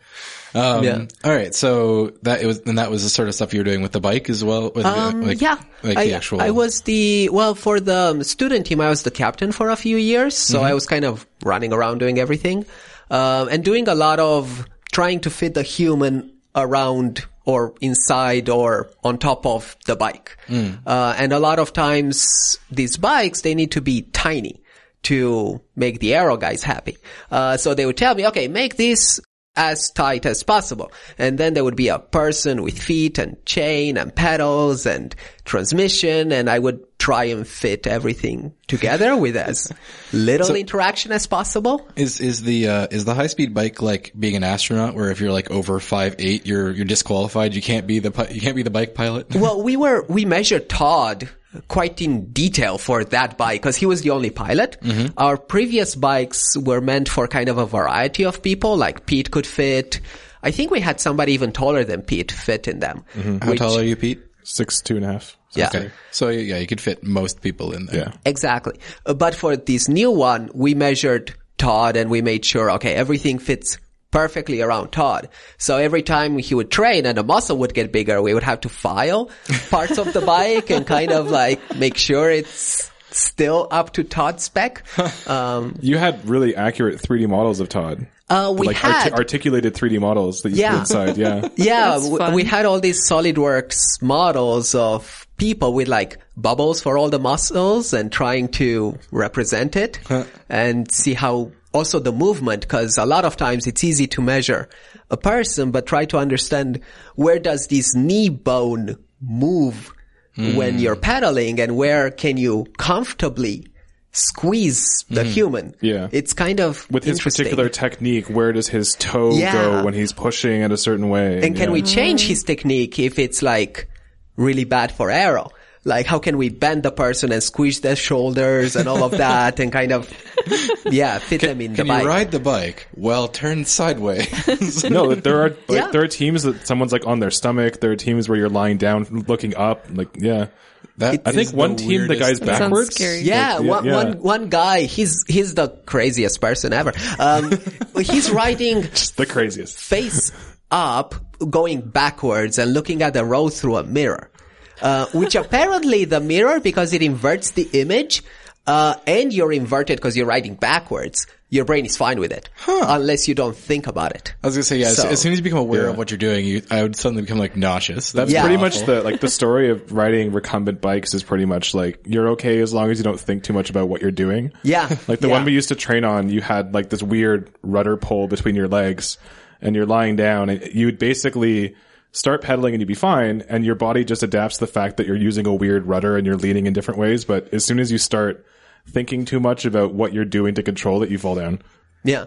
S3: Um,
S4: Yeah.
S3: All right. So that it was, and that was the sort of stuff you were doing with the bike as well. With the-
S4: Um,
S3: like,
S4: yeah,
S3: Like
S4: I,
S3: the actual.
S4: I was the well for the um, student team. I was the captain for a few years,
S3: Mm-hmm.
S4: so I was kind of running around doing everything, um, and doing a lot of trying to fit the human around or inside or on top of the bike.
S3: Mm.
S4: Uh, and a lot of times these bikes they need to be tiny to make the aero guys happy. Uh, so they would tell me, okay, make this as tight as possible. And then there would be a person with feet and chain and pedals and transmission. And I would try and fit everything together
S3: *laughs*
S4: with as little interaction as possible.
S3: Is is the uh, is the high speed bike like being an astronaut? Where if you're like over five eight, you're you're disqualified. You can't be the pi- you can't be the bike pilot. *laughs*
S4: Well, we were, we measured Todd quite in detail for that bike because he was the only pilot.
S3: Mm-hmm.
S4: Our previous bikes were meant for kind of a variety of people, like Pete could fit. I think we had somebody even taller than Pete fit in them.
S3: Mm-hmm. How tall are you, Pete?
S1: Six, two and a half. So
S4: Yeah.
S3: Okay. So yeah, you could fit most people in there.
S1: Yeah.
S4: Exactly. Uh, But for this new one, we measured Todd and we made sure, okay, everything fits perfectly around Todd. So every time he would train and the muscle would get bigger, we would have to file parts of the bike and kind of like make sure it's still up to Todd's spec. Um,
S1: You had really accurate 3D models of Todd.
S4: uh, we
S1: like
S4: had.
S1: arti- articulated 3D models that you
S4: Yeah.
S1: put inside.
S4: *laughs*
S1: Yeah.
S4: yeah,
S2: That's
S4: w-
S2: fun.
S4: we had all these SolidWorks models of people with like bubbles for all the muscles and trying to represent it and see how also the movement because a lot of times it's easy to measure a person but try to understand where does this knee bone move
S1: Hmm.
S4: when you're pedaling and where can you comfortably squeeze the human
S1: Hmm. Yeah.
S4: it's kind of
S1: With his
S4: interesting.
S1: particular technique, where does his toe
S4: Yeah.
S1: go when he's pushing it a certain way?
S4: And can
S1: yeah.
S4: we change his technique if it's like really bad for arrow? Like how can we bend the person and squeeze their shoulders and all of that and kind of, yeah, fit them in
S3: Can
S4: the bike.
S3: you ride the bike? Well, turn
S4: *laughs*
S3: sideways.
S1: *laughs* No, that there are like,
S4: Yeah.
S1: there are teams that someone's like on their stomach. There are teams where you're lying down, looking up. Like yeah,
S3: That
S1: I think
S3: is
S1: one
S3: the
S1: team the guy's
S3: weirdest-
S2: sounds
S1: backwards.
S2: scary.
S4: Yeah,
S1: Like,
S4: one,
S1: yeah.
S4: one one guy. He's he's the craziest person ever. Um, he's riding
S1: The craziest.
S4: face up, going backwards and looking at the road through a mirror, uh, which apparently the mirror, because it inverts the image, uh, and you're inverted because you're riding backwards, your brain is fine with it. Unless you don't think about it.
S3: I was gonna say yeah. as-
S4: So-
S3: as, soon as you become aware
S1: Yeah.
S3: of what you're doing, you, I would suddenly become like nauseous. That's
S4: Yeah.
S1: Pretty
S3: awful.
S1: much the like the story of riding recumbent bikes is pretty much like you're okay as long as you don't think too much about what you're doing.
S4: Yeah.
S1: *laughs* Like the
S4: Yeah.
S1: one we used to train on, you had like this weird rudder pull between your legs and you're lying down and you would basically start pedaling and you'd be fine and your body just adapts to the fact that you're using a weird rudder and you're leaning in different ways. But as soon as you start thinking too much about what you're doing to control it, you fall down.
S4: Yeah.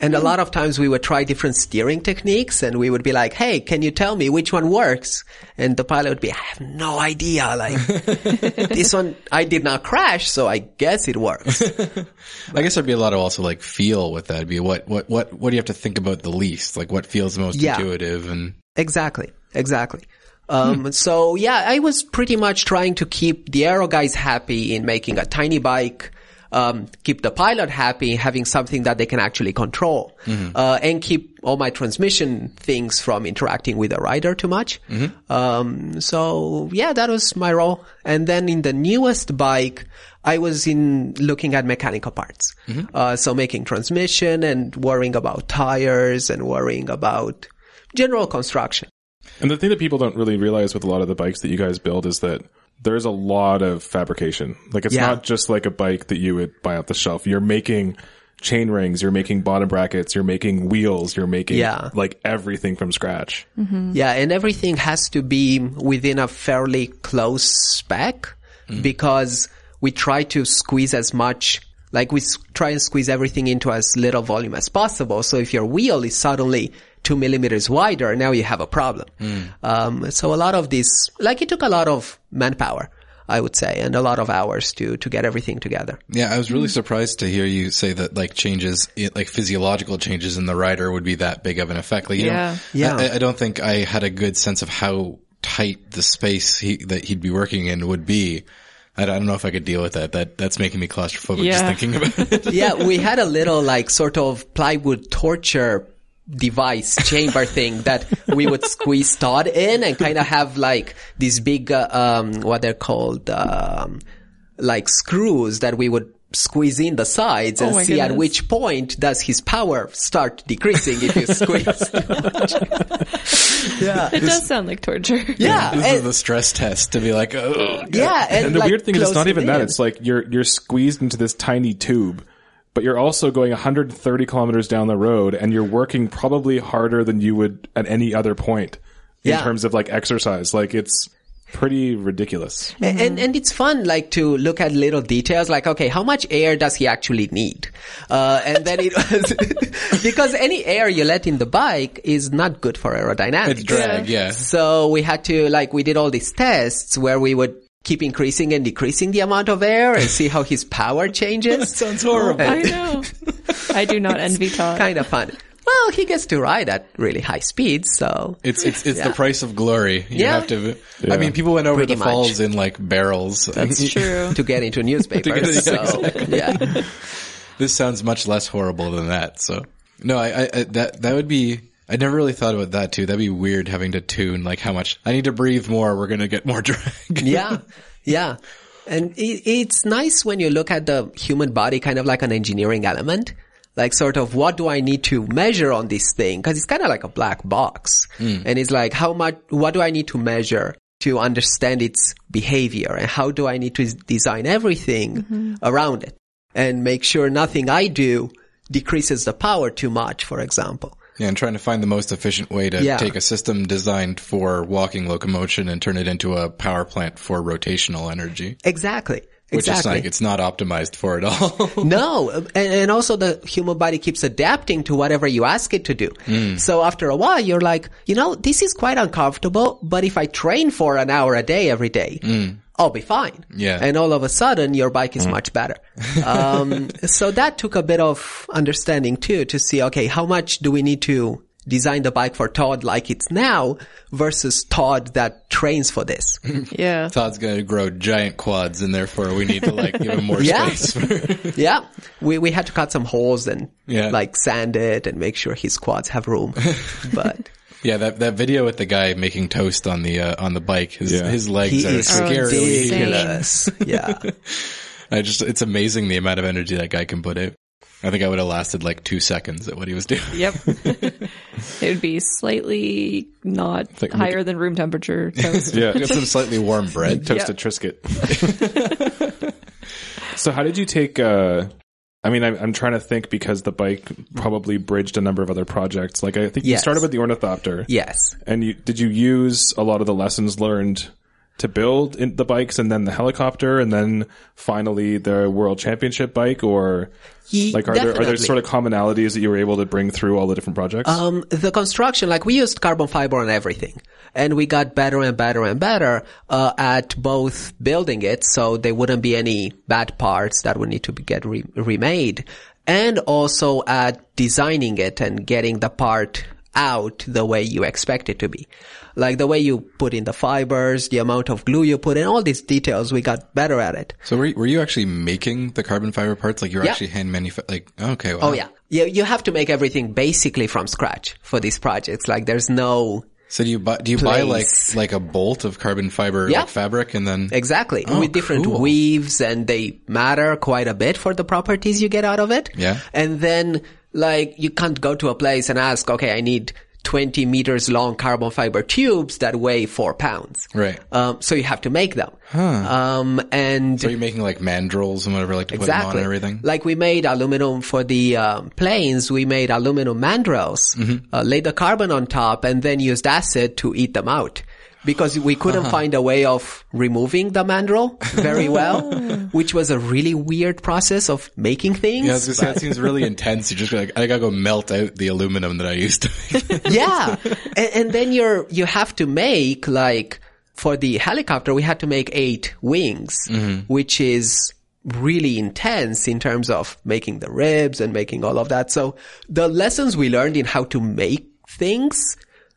S4: And a lot of times we would try different steering techniques and we would be like, Hey, can you tell me which one works? And the pilot would be, I have no idea. Like *laughs* this one, I did not crash. So I guess it works.
S3: I guess there'd be a lot of also like feel with that. It'd be what what what what do you have to think about the least? Like what feels most
S4: Yeah.
S3: intuitive and
S4: Exactly. Exactly. Um, so yeah, I was pretty much trying to keep the aero guys happy in making a tiny bike, um, keep the pilot happy, having something that they can actually control, uh, and keep all my transmission things from interacting with the rider too much. Um, so yeah, that was my role. And then in the newest bike, I was in looking at mechanical parts. Uh, so making transmission and worrying about tires and worrying about general construction.
S1: And the thing that people don't really realize with a lot of the bikes that you guys build is that there's a lot of fabrication. Like it's
S4: Yeah.
S1: not just like a bike that you would buy off the shelf. You're making chain rings, you're making bottom brackets, you're making wheels, you're making
S4: Yeah. Mhm.
S1: like everything from scratch.
S4: Yeah, and everything has to be within a fairly close spec because we try to squeeze as much, like we s- try and squeeze everything into as little volume as possible. So if your wheel is suddenly two millimeters wider, now you have a problem. Um, so a lot of this, like it took a lot of manpower, I would say, and a lot of hours to, to get everything together.
S3: Yeah, I was really surprised to hear you say that like changes, it- like physiological changes in the rider would be that big of an effect. Like, you
S2: Yeah.
S3: know,
S4: Yeah.
S3: I, I don't think I had a good sense of how tight the space he, that he'd be working in would be. I don't I don't know if I could deal with that. That that's making me claustrophobic just
S2: Yeah.
S3: thinking about it.
S4: yeah, we had a little like sort of plywood torture device chamber thing that we would squeeze Todd in and kind of have like these big, uh, um, what they're called, um, like screws that we would squeeze in the sides and
S2: Oh my
S4: see at
S2: goodness.
S4: which point does his power start decreasing
S2: *laughs*
S4: if you squeeze.
S2: It does sound like torture.
S4: yeah.
S3: this is
S4: and-
S3: the stress test to be like, oh,
S4: yeah. And,
S1: And the
S4: like,
S1: weird thing is it's
S4: close
S1: not
S4: it
S1: even that.
S4: in.
S1: It's like you're you're squeezed into this tiny tube, but you're also going 130 kilometers down the road and you're working probably harder than you would at any other point in
S4: Yeah.
S1: terms of like exercise. Like it's pretty ridiculous.
S4: A- And and it's fun, like to look at little details, like okay, how much air does he actually need? Uh, and then it was *laughs* because any air you let in the bike is not good for aerodynamics.
S3: it's drag. Yeah.
S4: So we had to like we did all these tests where we would keep increasing and decreasing the amount of air and see how his power *laughs* changes.
S3: Sounds horrible.
S2: I know. I do not envy Todd.
S4: kind of fun. Well, he gets to ride at really high speeds, so
S3: It's it's it's the price of glory. You
S4: Yeah.
S3: have to. I mean, people went over
S4: Pretty
S3: the
S4: much.
S3: falls in like barrels. *laughs*
S2: It's true.
S4: *laughs* to get into newspapers. *laughs*
S3: yeah,
S4: so yeah.
S3: this sounds much less horrible than that. So no, I, I, I that that would be. I never really thought about that too. That'd be weird having to tune like how much I need to breathe more. We're gonna get more *laughs* drag.
S4: yeah, yeah. And it, it's nice when you look at the human body kind of like an engineering element. Like sort of what do I need to measure on this thing? Cause it's kind of like a black box.
S3: Hmm.
S4: And it's like how much, what do I need to measure to understand its behavior? And how do I need to s- design everything around it and make sure nothing I do decreases the power too much, for example.
S3: yeah, and trying to find the most efficient way to
S4: Yeah.
S3: take a system designed for walking locomotion and turn it into a power plant for rotational energy,
S4: Exactly.
S3: which
S4: exactly.
S3: is like it's not optimized for at all. *laughs*
S4: *laughs* No, and, and also the human body keeps adapting to whatever you ask it to do. So after a while, you're like, you know, this is quite uncomfortable, but if I train for an hour a day every day, I'll be fine.
S3: Yeah.
S4: And all of a sudden, your bike is much better. Um, so that took a bit of understanding too to see, okay, how much do we need to design the bike for Todd like it's now versus Todd that trains for this?
S2: Yeah.
S3: Todd's gonna grow giant quads, and therefore we need to like give him more
S4: *laughs* Yeah.
S3: space. *laughs* For-
S4: Yeah, we we had to cut some holes and
S3: Yeah.
S4: like sand it and make sure his quads have room.
S3: *laughs*
S4: But
S3: Yeah, that, that video with the guy making toast on the uh, on the bike, his
S1: Yeah.
S3: his legs
S4: he
S3: are
S4: is
S3: scarily.
S2: insane.
S4: ridiculous. yeah,
S3: I just it's amazing the amount of energy that guy can put out. I think I would have lasted like two seconds at what he was doing. *laughs*
S2: Yep. *laughs* it would be slightly not
S1: Like,
S2: higher than room temperature toast.
S4: *laughs*
S1: Yeah.
S3: Got some slightly warm bread.
S1: toasted Trisket. *laughs* so how did you take? Uh, I mean, I'm, I'm trying to think because the bike probably bridged a number of other projects. Like I think you
S4: Yes.
S1: started with the ornithopter,
S4: yes,
S1: and you did you use a lot of the lessons learned to build in the bikes, and then the helicopter, and then finally the world championship bike, or
S4: Ye-
S1: like are there are there
S4: definitely.
S1: sort of commonalities that you were able to bring through all the different projects?
S4: Um, the construction, like we used carbon fiber on everything, and we got better and better and better uh, at both building it, so there wouldn't be any bad parts that would need to be get re- remade, and also at designing it and getting the part out the way you expect it to be. Like the way you put in the fibers, the amount of glue you put in, all these details, we got better at it.
S3: *laughs* So were you, were you actually making the carbon fiber parts? Like you were
S4: Yeah.
S3: actually hand manufactured? Like okay, wow.
S4: Oh yeah. You, you have to make everything basically from scratch for these projects. Like there's no
S3: So do you buy do you buy like
S4: Place.
S3: like a bolt of carbon fiber
S4: Yeah.
S3: like, fabric and then
S4: Exactly. With different
S3: Oh, cool.
S4: weaves and they matter quite a bit for the properties you get out of it.
S3: Yeah.
S4: And then like you can't go to a place and ask, okay, I need 20 meters long carbon fiber tubes that weigh four pounds.
S3: Right.
S4: Um, so you have to make them. Um, and
S3: So you're making like mandrels and whatever, like to put them on
S4: exactly
S3: and everything.
S4: Like we made aluminum for the um, planes, we made aluminum mandrels,
S3: Mm-hmm.
S4: uh, laid the carbon on top, and then used acid to eat them out. Because we couldn't
S3: Uh-huh.
S4: find a way of removing the mandrel
S3: *laughs*
S4: very well, which was a really weird process of making things.
S3: yeah, I was gonna say,
S4: *laughs*
S3: that seems really intense. You just like I gotta go melt out the aluminum that I used to make.
S4: *laughs* yeah. And, and then you're, you have to make like, for the helicopter, we had to make eight wings, which is really intense in terms of making the ribs and making all of that. So the lessons we learned in how to make things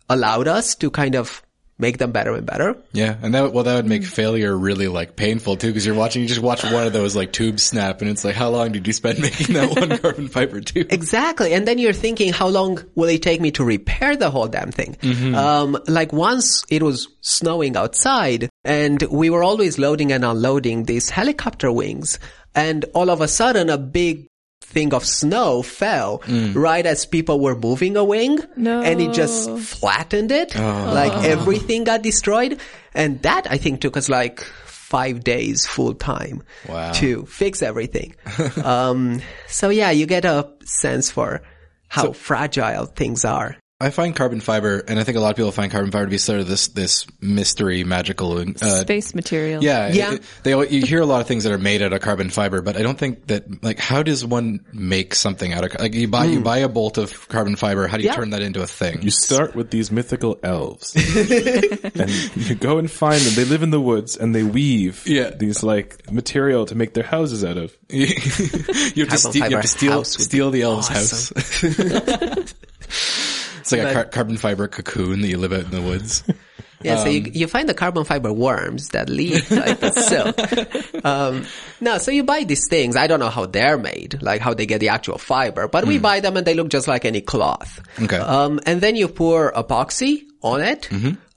S4: allowed us to kind of make them better and better.
S3: Yeah, and that would- well, that would make
S4: Hmm.
S3: failure really like painful too, because you're watching, you just watch one of those like tubes snap, and it's like, how long did you spend making that
S4: *laughs*
S3: one carbon fiber tube?
S4: Exactly. And then you're thinking, how long will it take me to repair the whole damn thing? Um, like once it was snowing outside and we were always loading and unloading these helicopter wings and all of a sudden a big thing of snow fell right as people were moving a wing
S2: No.
S4: and it just flattened it. Like everything got destroyed. And that I think took us like five days full time
S3: Wow.
S4: to fix everything. um, so yeah, you get a sense for how fragile things are.
S3: I find carbon fiber, and I think a lot of people find carbon fiber to be sort of this this mystery, magical. Uh,
S2: Space material.
S3: yeah,
S4: Yeah.
S3: it- they al- you hear a lot of things that are made out of carbon fiber, but I don't think that like how does one make something out of ca- like you buy you buy a bolt of carbon fiber? How do you
S4: Hmm. Yeah.
S3: turn that into a thing?
S1: You start with these mythical
S4: *laughs*
S1: elves, and you go and find them. They live in the woods and they weave
S3: Yeah.
S1: these like material to make their houses out of.
S3: *laughs* you have to,
S4: Carbon
S3: ste- you have
S4: fiber
S3: to steal
S4: house would
S3: steal the
S4: be
S3: elves'
S4: awesome.
S3: house.
S4: *laughs*
S3: it's like a car- carbon fiber cocoon that you live out in the
S4: *laughs*
S3: woods.
S4: Yeah, so you, you find the carbon fiber worms that leave *laughs* like the silk. Um, no, so you buy these things. I don't know how they're made, like how they get the actual fiber, but we buy them and they look just like any cloth.
S3: Okay.
S4: Um, and then you pour epoxy on it,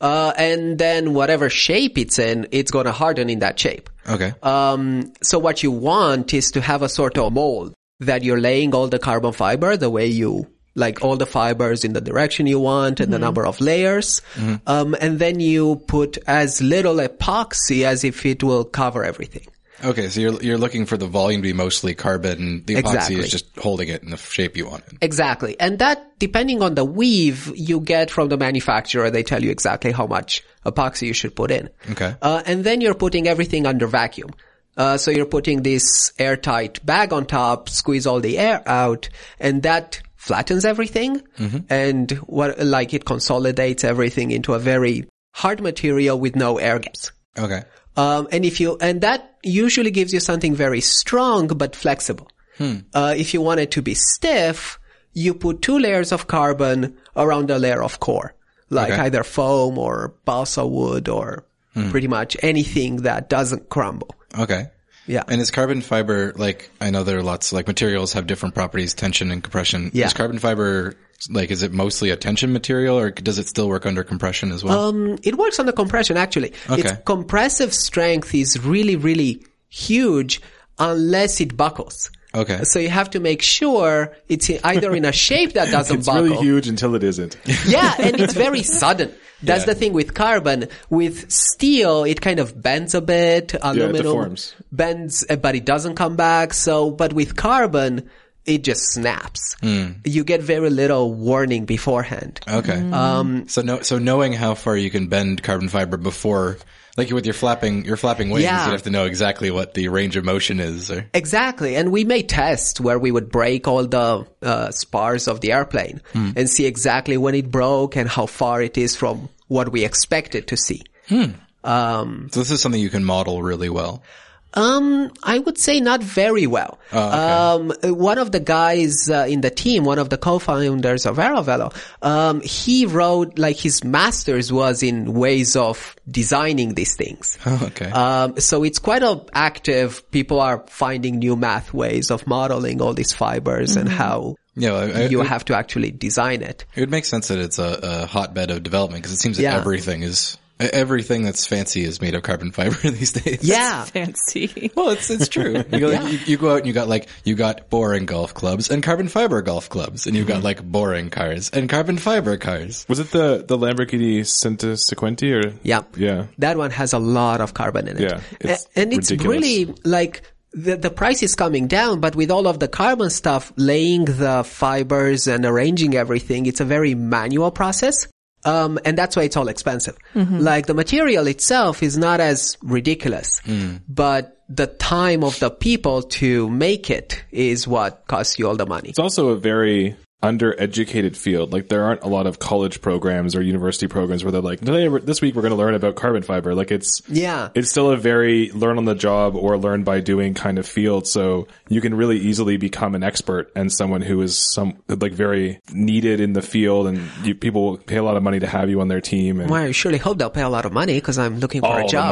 S4: uh, and then whatever shape it's in, it's gonna harden in that shape.
S3: Okay.
S4: Um, so what you want is to have a sort of mold that you're laying all the carbon fiber the way you like all the fibers in the direction you want and the number of layers. Um, and then you put as little epoxy as if it will cover everything.
S3: okay. So you're you're looking for the volume to be mostly carbon, and the epoxy
S4: Exactly.
S3: is just holding it in the shape you want it.
S4: Exactly. And that, depending on the weave you get from the manufacturer, they tell you exactly how much epoxy you should put in.
S3: Okay.
S4: Uh, and then you're putting everything under vacuum. Uh, so you're putting this airtight bag on top, squeeze all the air out, and that flattens everything. And what, like it consolidates everything into a very hard material with no air gaps.
S3: Okay.
S4: Um, and if you, and that usually gives you something very strong but flexible.
S3: Hmm.
S4: Uh, if you want it to be stiff, you put two layers of carbon around a layer of core, like
S3: Okay. Hmm.
S4: either foam or balsa wood or pretty much anything that doesn't crumble.
S3: Okay.
S4: Yeah.
S3: And is carbon fiber like I know there are lots like materials have different properties, tension and compression.
S4: Yeah.
S3: Is carbon fiber like is it mostly a tension material or does it still work under compression as well?
S4: Um, it works on the compression actually. Its
S3: Okay.
S4: compressive strength is really, really huge unless it buckles.
S3: okay.
S4: So you have to make sure it's either in a shape
S3: *laughs*
S4: that doesn't
S1: It's
S4: buckle.
S1: really huge until it isn't.
S4: Yeah, and it's very sudden. That's
S3: Yeah.
S4: the thing with carbon. With steel, it kind of bends a bit. Aluminum
S1: deforms.
S4: bends, uh, but it doesn't come back. So, but with carbon, it just snaps. You get very little warning beforehand.
S3: Okay. Um, so no, so knowing how far you can bend carbon fiber before, like with your flapping, your flapping wings,
S4: Yeah.
S3: you have to know exactly what the range of motion is. Or,
S4: Exactly. And we made tests where we would break all the uh, spars of the airplane and see exactly when it broke and how far it is from what we expected to see.
S3: so this is something you can model really well.
S4: Um, I would say not very well. Um, one of the guys uh, in the team, one of the co-founders of Aerovelo, um, he wrote like his master's was in ways of designing these things.
S3: okay.
S4: Um, so it's quite a active. People are finding new math ways of modeling all these fibers and how
S3: yeah. I, I-
S4: you
S3: Uh, it,
S4: have to actually design it.
S3: would make sense that it's a, a hotbed of development because it seems that
S4: Yeah.
S3: everything is E- Everything that's fancy is made of carbon fiber *laughs* these days.
S4: Yeah.
S2: Fancy.
S3: Well, it's it's
S4: *laughs*
S3: true. You go, you, you go out and you got like you got boring golf clubs and carbon fiber golf clubs, and you got
S4: Mm-hmm.
S3: like boring cars and carbon fiber cars.
S1: Was it the the Lamborghini Santa Sequenti or
S4: Yeah.
S1: yeah?
S4: That one has a lot of carbon in it.
S1: Yeah, it's
S4: A- and it's
S1: ridiculous.
S4: really like the, the price is coming down, but with all of the carbon stuff, laying the fibers and arranging everything, it's a very manual process. Um, and that's why it's all expensive. Like the material itself is not as ridiculous,
S1: Mm.
S4: but the time of the people to make it is what costs you all the money.
S1: It's also a very undereducated field. Like there aren't a lot of college programs or university programs where they're like, today we're- this week we're going to learn about carbon fiber. Like it's
S4: yeah.
S1: it's still a very learn on the job or learn by doing kind of field. So you can really easily become an expert and someone who is some like very needed in the field, and you, people will pay a lot of money to have you on their team. And
S4: Well, I surely hope they'll pay a lot of money because I'm looking for
S1: all
S4: a
S1: the
S4: job.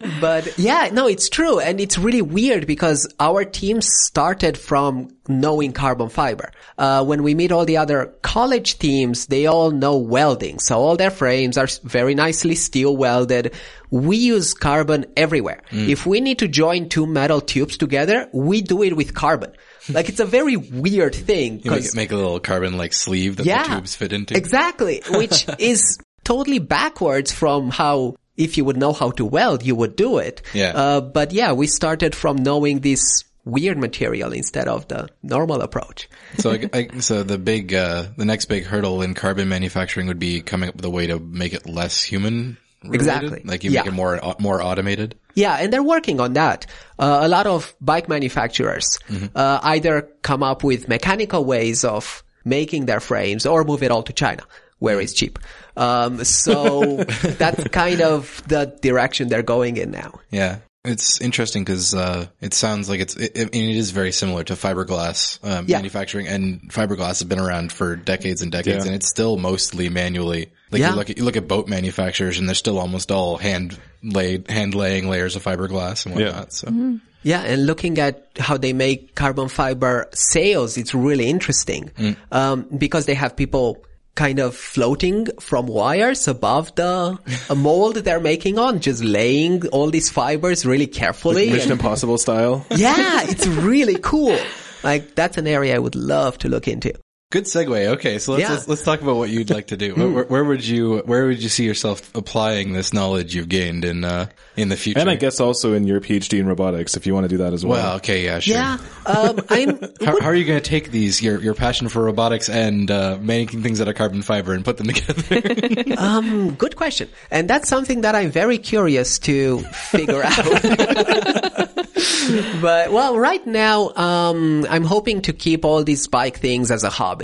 S4: *laughs*
S1: money.
S4: But yeah, no, it's true. And it's really weird because our team started from knowing carbon fiber. Uh, when we meet all the other college teams, they all know welding. So all their frames are s- very nicely steel welded. We use carbon everywhere. If we need to join two metal tubes together, we do it with carbon. Like it's a very weird thing.
S3: You
S4: 'cause-
S3: make, make a little carbon like sleeve that the tubes fit into. *laughs*
S4: Exactly, which is totally backwards from how if you would know how to weld, you would do it.
S3: Yeah.
S4: Uh, but yeah, we started from knowing this weird material instead of the normal approach.
S3: So, I, I- so the big, uh, the next big hurdle in carbon manufacturing would be coming up with a way to make it less human. related.
S4: Exactly.
S3: Like you
S4: Yeah.
S3: make it more au- more automated.
S4: Yeah, and they're working on that. Uh, a lot of bike manufacturers
S3: Mm-hmm.
S4: uh, either come up with mechanical ways of making their frames or move it all to China, where
S3: Mm-hmm.
S4: it's cheap. Um,
S3: *laughs*
S4: so that's kind of the direction they're going in now.
S3: Yeah. It's interesting because uh, it sounds like it's it, it, and it is very similar to fiberglass um,
S4: Yeah.
S3: manufacturing, and fiberglass has been around for decades and decades,
S1: Yeah.
S3: and it's still mostly manually. Like
S4: Yeah.
S3: you look at you look at boat manufacturers, and they're still almost all hand laid hand laying layers of fiberglass and whatnot. So
S4: Mm-hmm. Yeah, and looking at how they make carbon fiber sails, it's really interesting um, because they have people kind of floating from wires above the a mold they're making on, just laying all these fibers really carefully.
S1: Mission
S4: And-
S1: Impossible style.
S4: *laughs* yeah, it's really cool. Like that's an area I would love to look into.
S3: Good segue. Okay, so let's
S4: Yeah.
S3: let's, let's talk about what you'd like to do. Where, where would you where would you see yourself applying this knowledge you've gained in uh, in the future?
S1: And I guess also in your PhD in robotics, if you want to do that as well.
S3: Well, okay, yeah, sure.
S4: um, I'm
S3: How, how are you going to take these your your passion for robotics and uh, making things out of carbon fiber and put them *laughs*
S4: *laughs*
S3: together?
S4: Um, good question. And that's something that I'm very curious to figure out. *laughs* but well, right now, um, I'm hoping to keep all these bike things as a hobby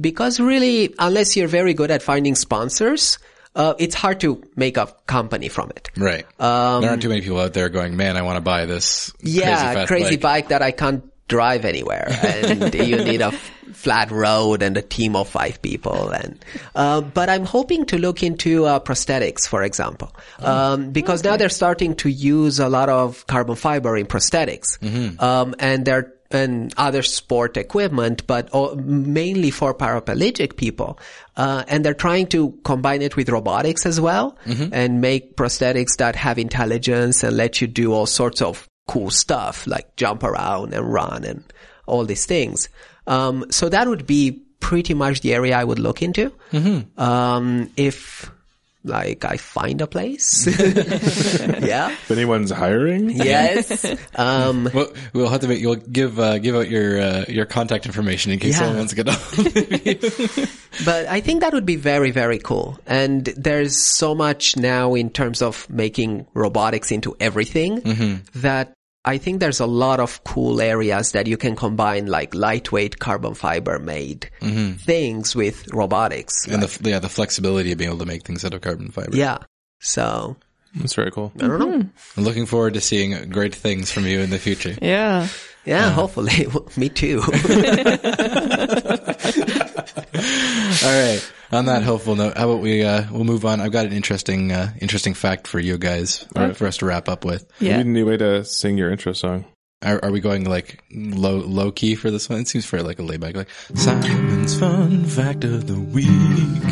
S4: because really, unless you're very good at finding sponsors, uh, it's hard to make a company from it.
S3: right. there aren't too many people out there going, "Man, I want to buy this."
S4: Um, Yeah,
S3: crazy, fast
S4: crazy
S3: bike."
S4: bike that I can't drive anywhere,
S3: *laughs*
S4: and you need a f- flat road and a team of five people. And uh, but I'm hoping to look into uh, prosthetics, for example,
S3: Oh.
S4: um, because now they're starting to use a lot of carbon fiber in prosthetics,
S3: Mm-hmm.
S4: um, and they're and other sport equipment, but all, mainly for paraplegic people. Uh, and they're trying to combine it with robotics as well
S3: Mm-hmm.
S4: and make prosthetics that have intelligence and let you do all sorts of cool stuff like jump around and run and all these things. Um, so that would be pretty much the area I would look into. Um, if like I find a place. *laughs* yeah.
S1: If anyone's hiring,
S4: Yes. Um,
S3: Well, we'll have to make, you'll give uh, give out your uh, your contact information in case
S4: Yeah.
S3: someone wants to get on.
S4: *laughs* But I think that would be very, very cool. And there's so much now in terms of making robotics into everything that I think there's a lot of cool areas that you can combine like lightweight carbon fiber made things with robotics.
S3: and the yeah the flexibility of being able to make things out of carbon fiber.
S4: Yeah. So
S1: that's very cool.
S4: I don't know.
S3: I'm looking forward to seeing great things from you in the future.
S2: Yeah.
S4: Yeah, hopefully. *laughs* Me too.
S3: All right. On that hopeful note, how about we uh, we'll move on? I've got an interesting uh, interesting fact for you guys for us to wrap up with.
S1: You need a
S2: Yeah.
S1: new way to sing your intro song.
S3: Are, are we going like low low key for this one? It seems for like a layback. Like Simon's fun fact of the week.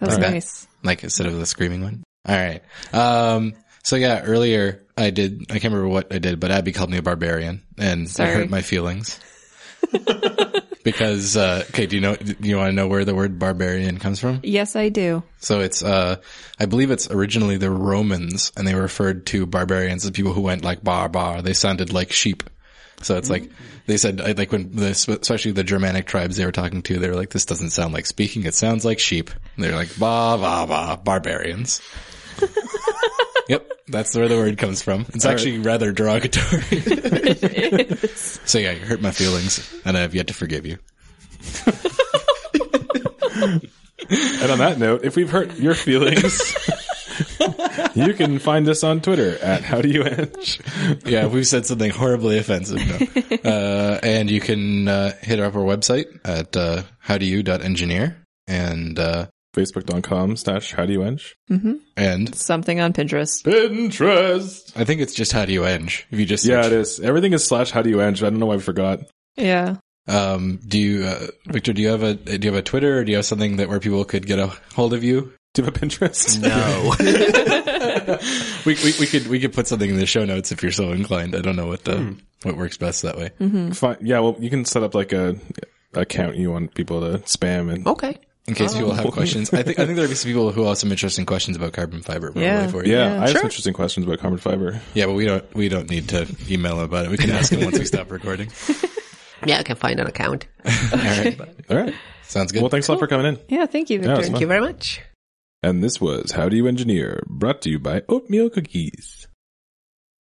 S2: That was
S3: Like
S2: nice.
S3: Like instead of the screaming one. All right. Um, so yeah, earlier I did, I can't remember what I did, but Abby called me a barbarian and
S2: Sorry.
S3: it hurt my feelings. *laughs* because, uh, okay, do you know, do you want to know where the word barbarian comes from?
S2: Yes, I do.
S3: So it's, uh, I believe it's originally the Romans and they referred to barbarians as people who went like bar bar. They sounded like sheep. So it's like, they said, I- like when the, especially the Germanic tribes they were talking to, they were like, this doesn't sound like speaking. It sounds like sheep. And they're like, ba, ba, ba, barbarians. yep. That's where the word comes from. It's actually rather derogatory. so yeah, you hurt my feelings and I have yet to forgive you.
S1: And on that note, if we've hurt your feelings, *laughs* you can find us on Twitter at How Do You Edge.
S3: yeah, we've said something horribly offensive. No. Uh, and you can uh, hit up our website at uh, howdoyou.engineer and uh,
S1: Facebook.com slash How Do You Edge.
S3: and
S2: Mm-hmm. Something on Pinterest.
S1: Pinterest.
S3: I think it's just how do you eng if you just
S1: Yeah,
S3: search.
S1: it is. Everything is slash How Do You Edge. I don't know why I forgot.
S2: Yeah.
S3: Um, do you, uh, Victor? Do you have a do you have a Twitter or do you have something that where people could get a hold of you?
S1: Do you have a Pinterest?
S4: No.
S3: We, we we could we could put something in the show notes if you're so inclined. I don't know what
S1: Hmm.
S3: the what works best that way.
S1: *laughs* Fine. Yeah, well, you can set up like a account you want people to spam and
S4: okay.
S3: In case people have questions, I think I think there'd be some people who have some interesting questions about carbon fiber. probably
S2: Yeah.
S3: for you.
S1: yeah, I have
S4: Sure.
S1: some interesting questions about carbon fiber.
S3: Yeah, but we don't we don't need to email about it. We can ask him once we stop recording.
S4: *laughs* Yeah, I can find an account.
S3: All right.
S1: All right.
S3: Sounds good.
S1: Well, thanks a lot for coming in.
S2: Yeah. Thank you,
S1: Yeah, it
S2: Victor.
S1: was
S4: Thank you very much.
S1: And this was How Do You Engineer, brought to you by Oatmeal Cookies.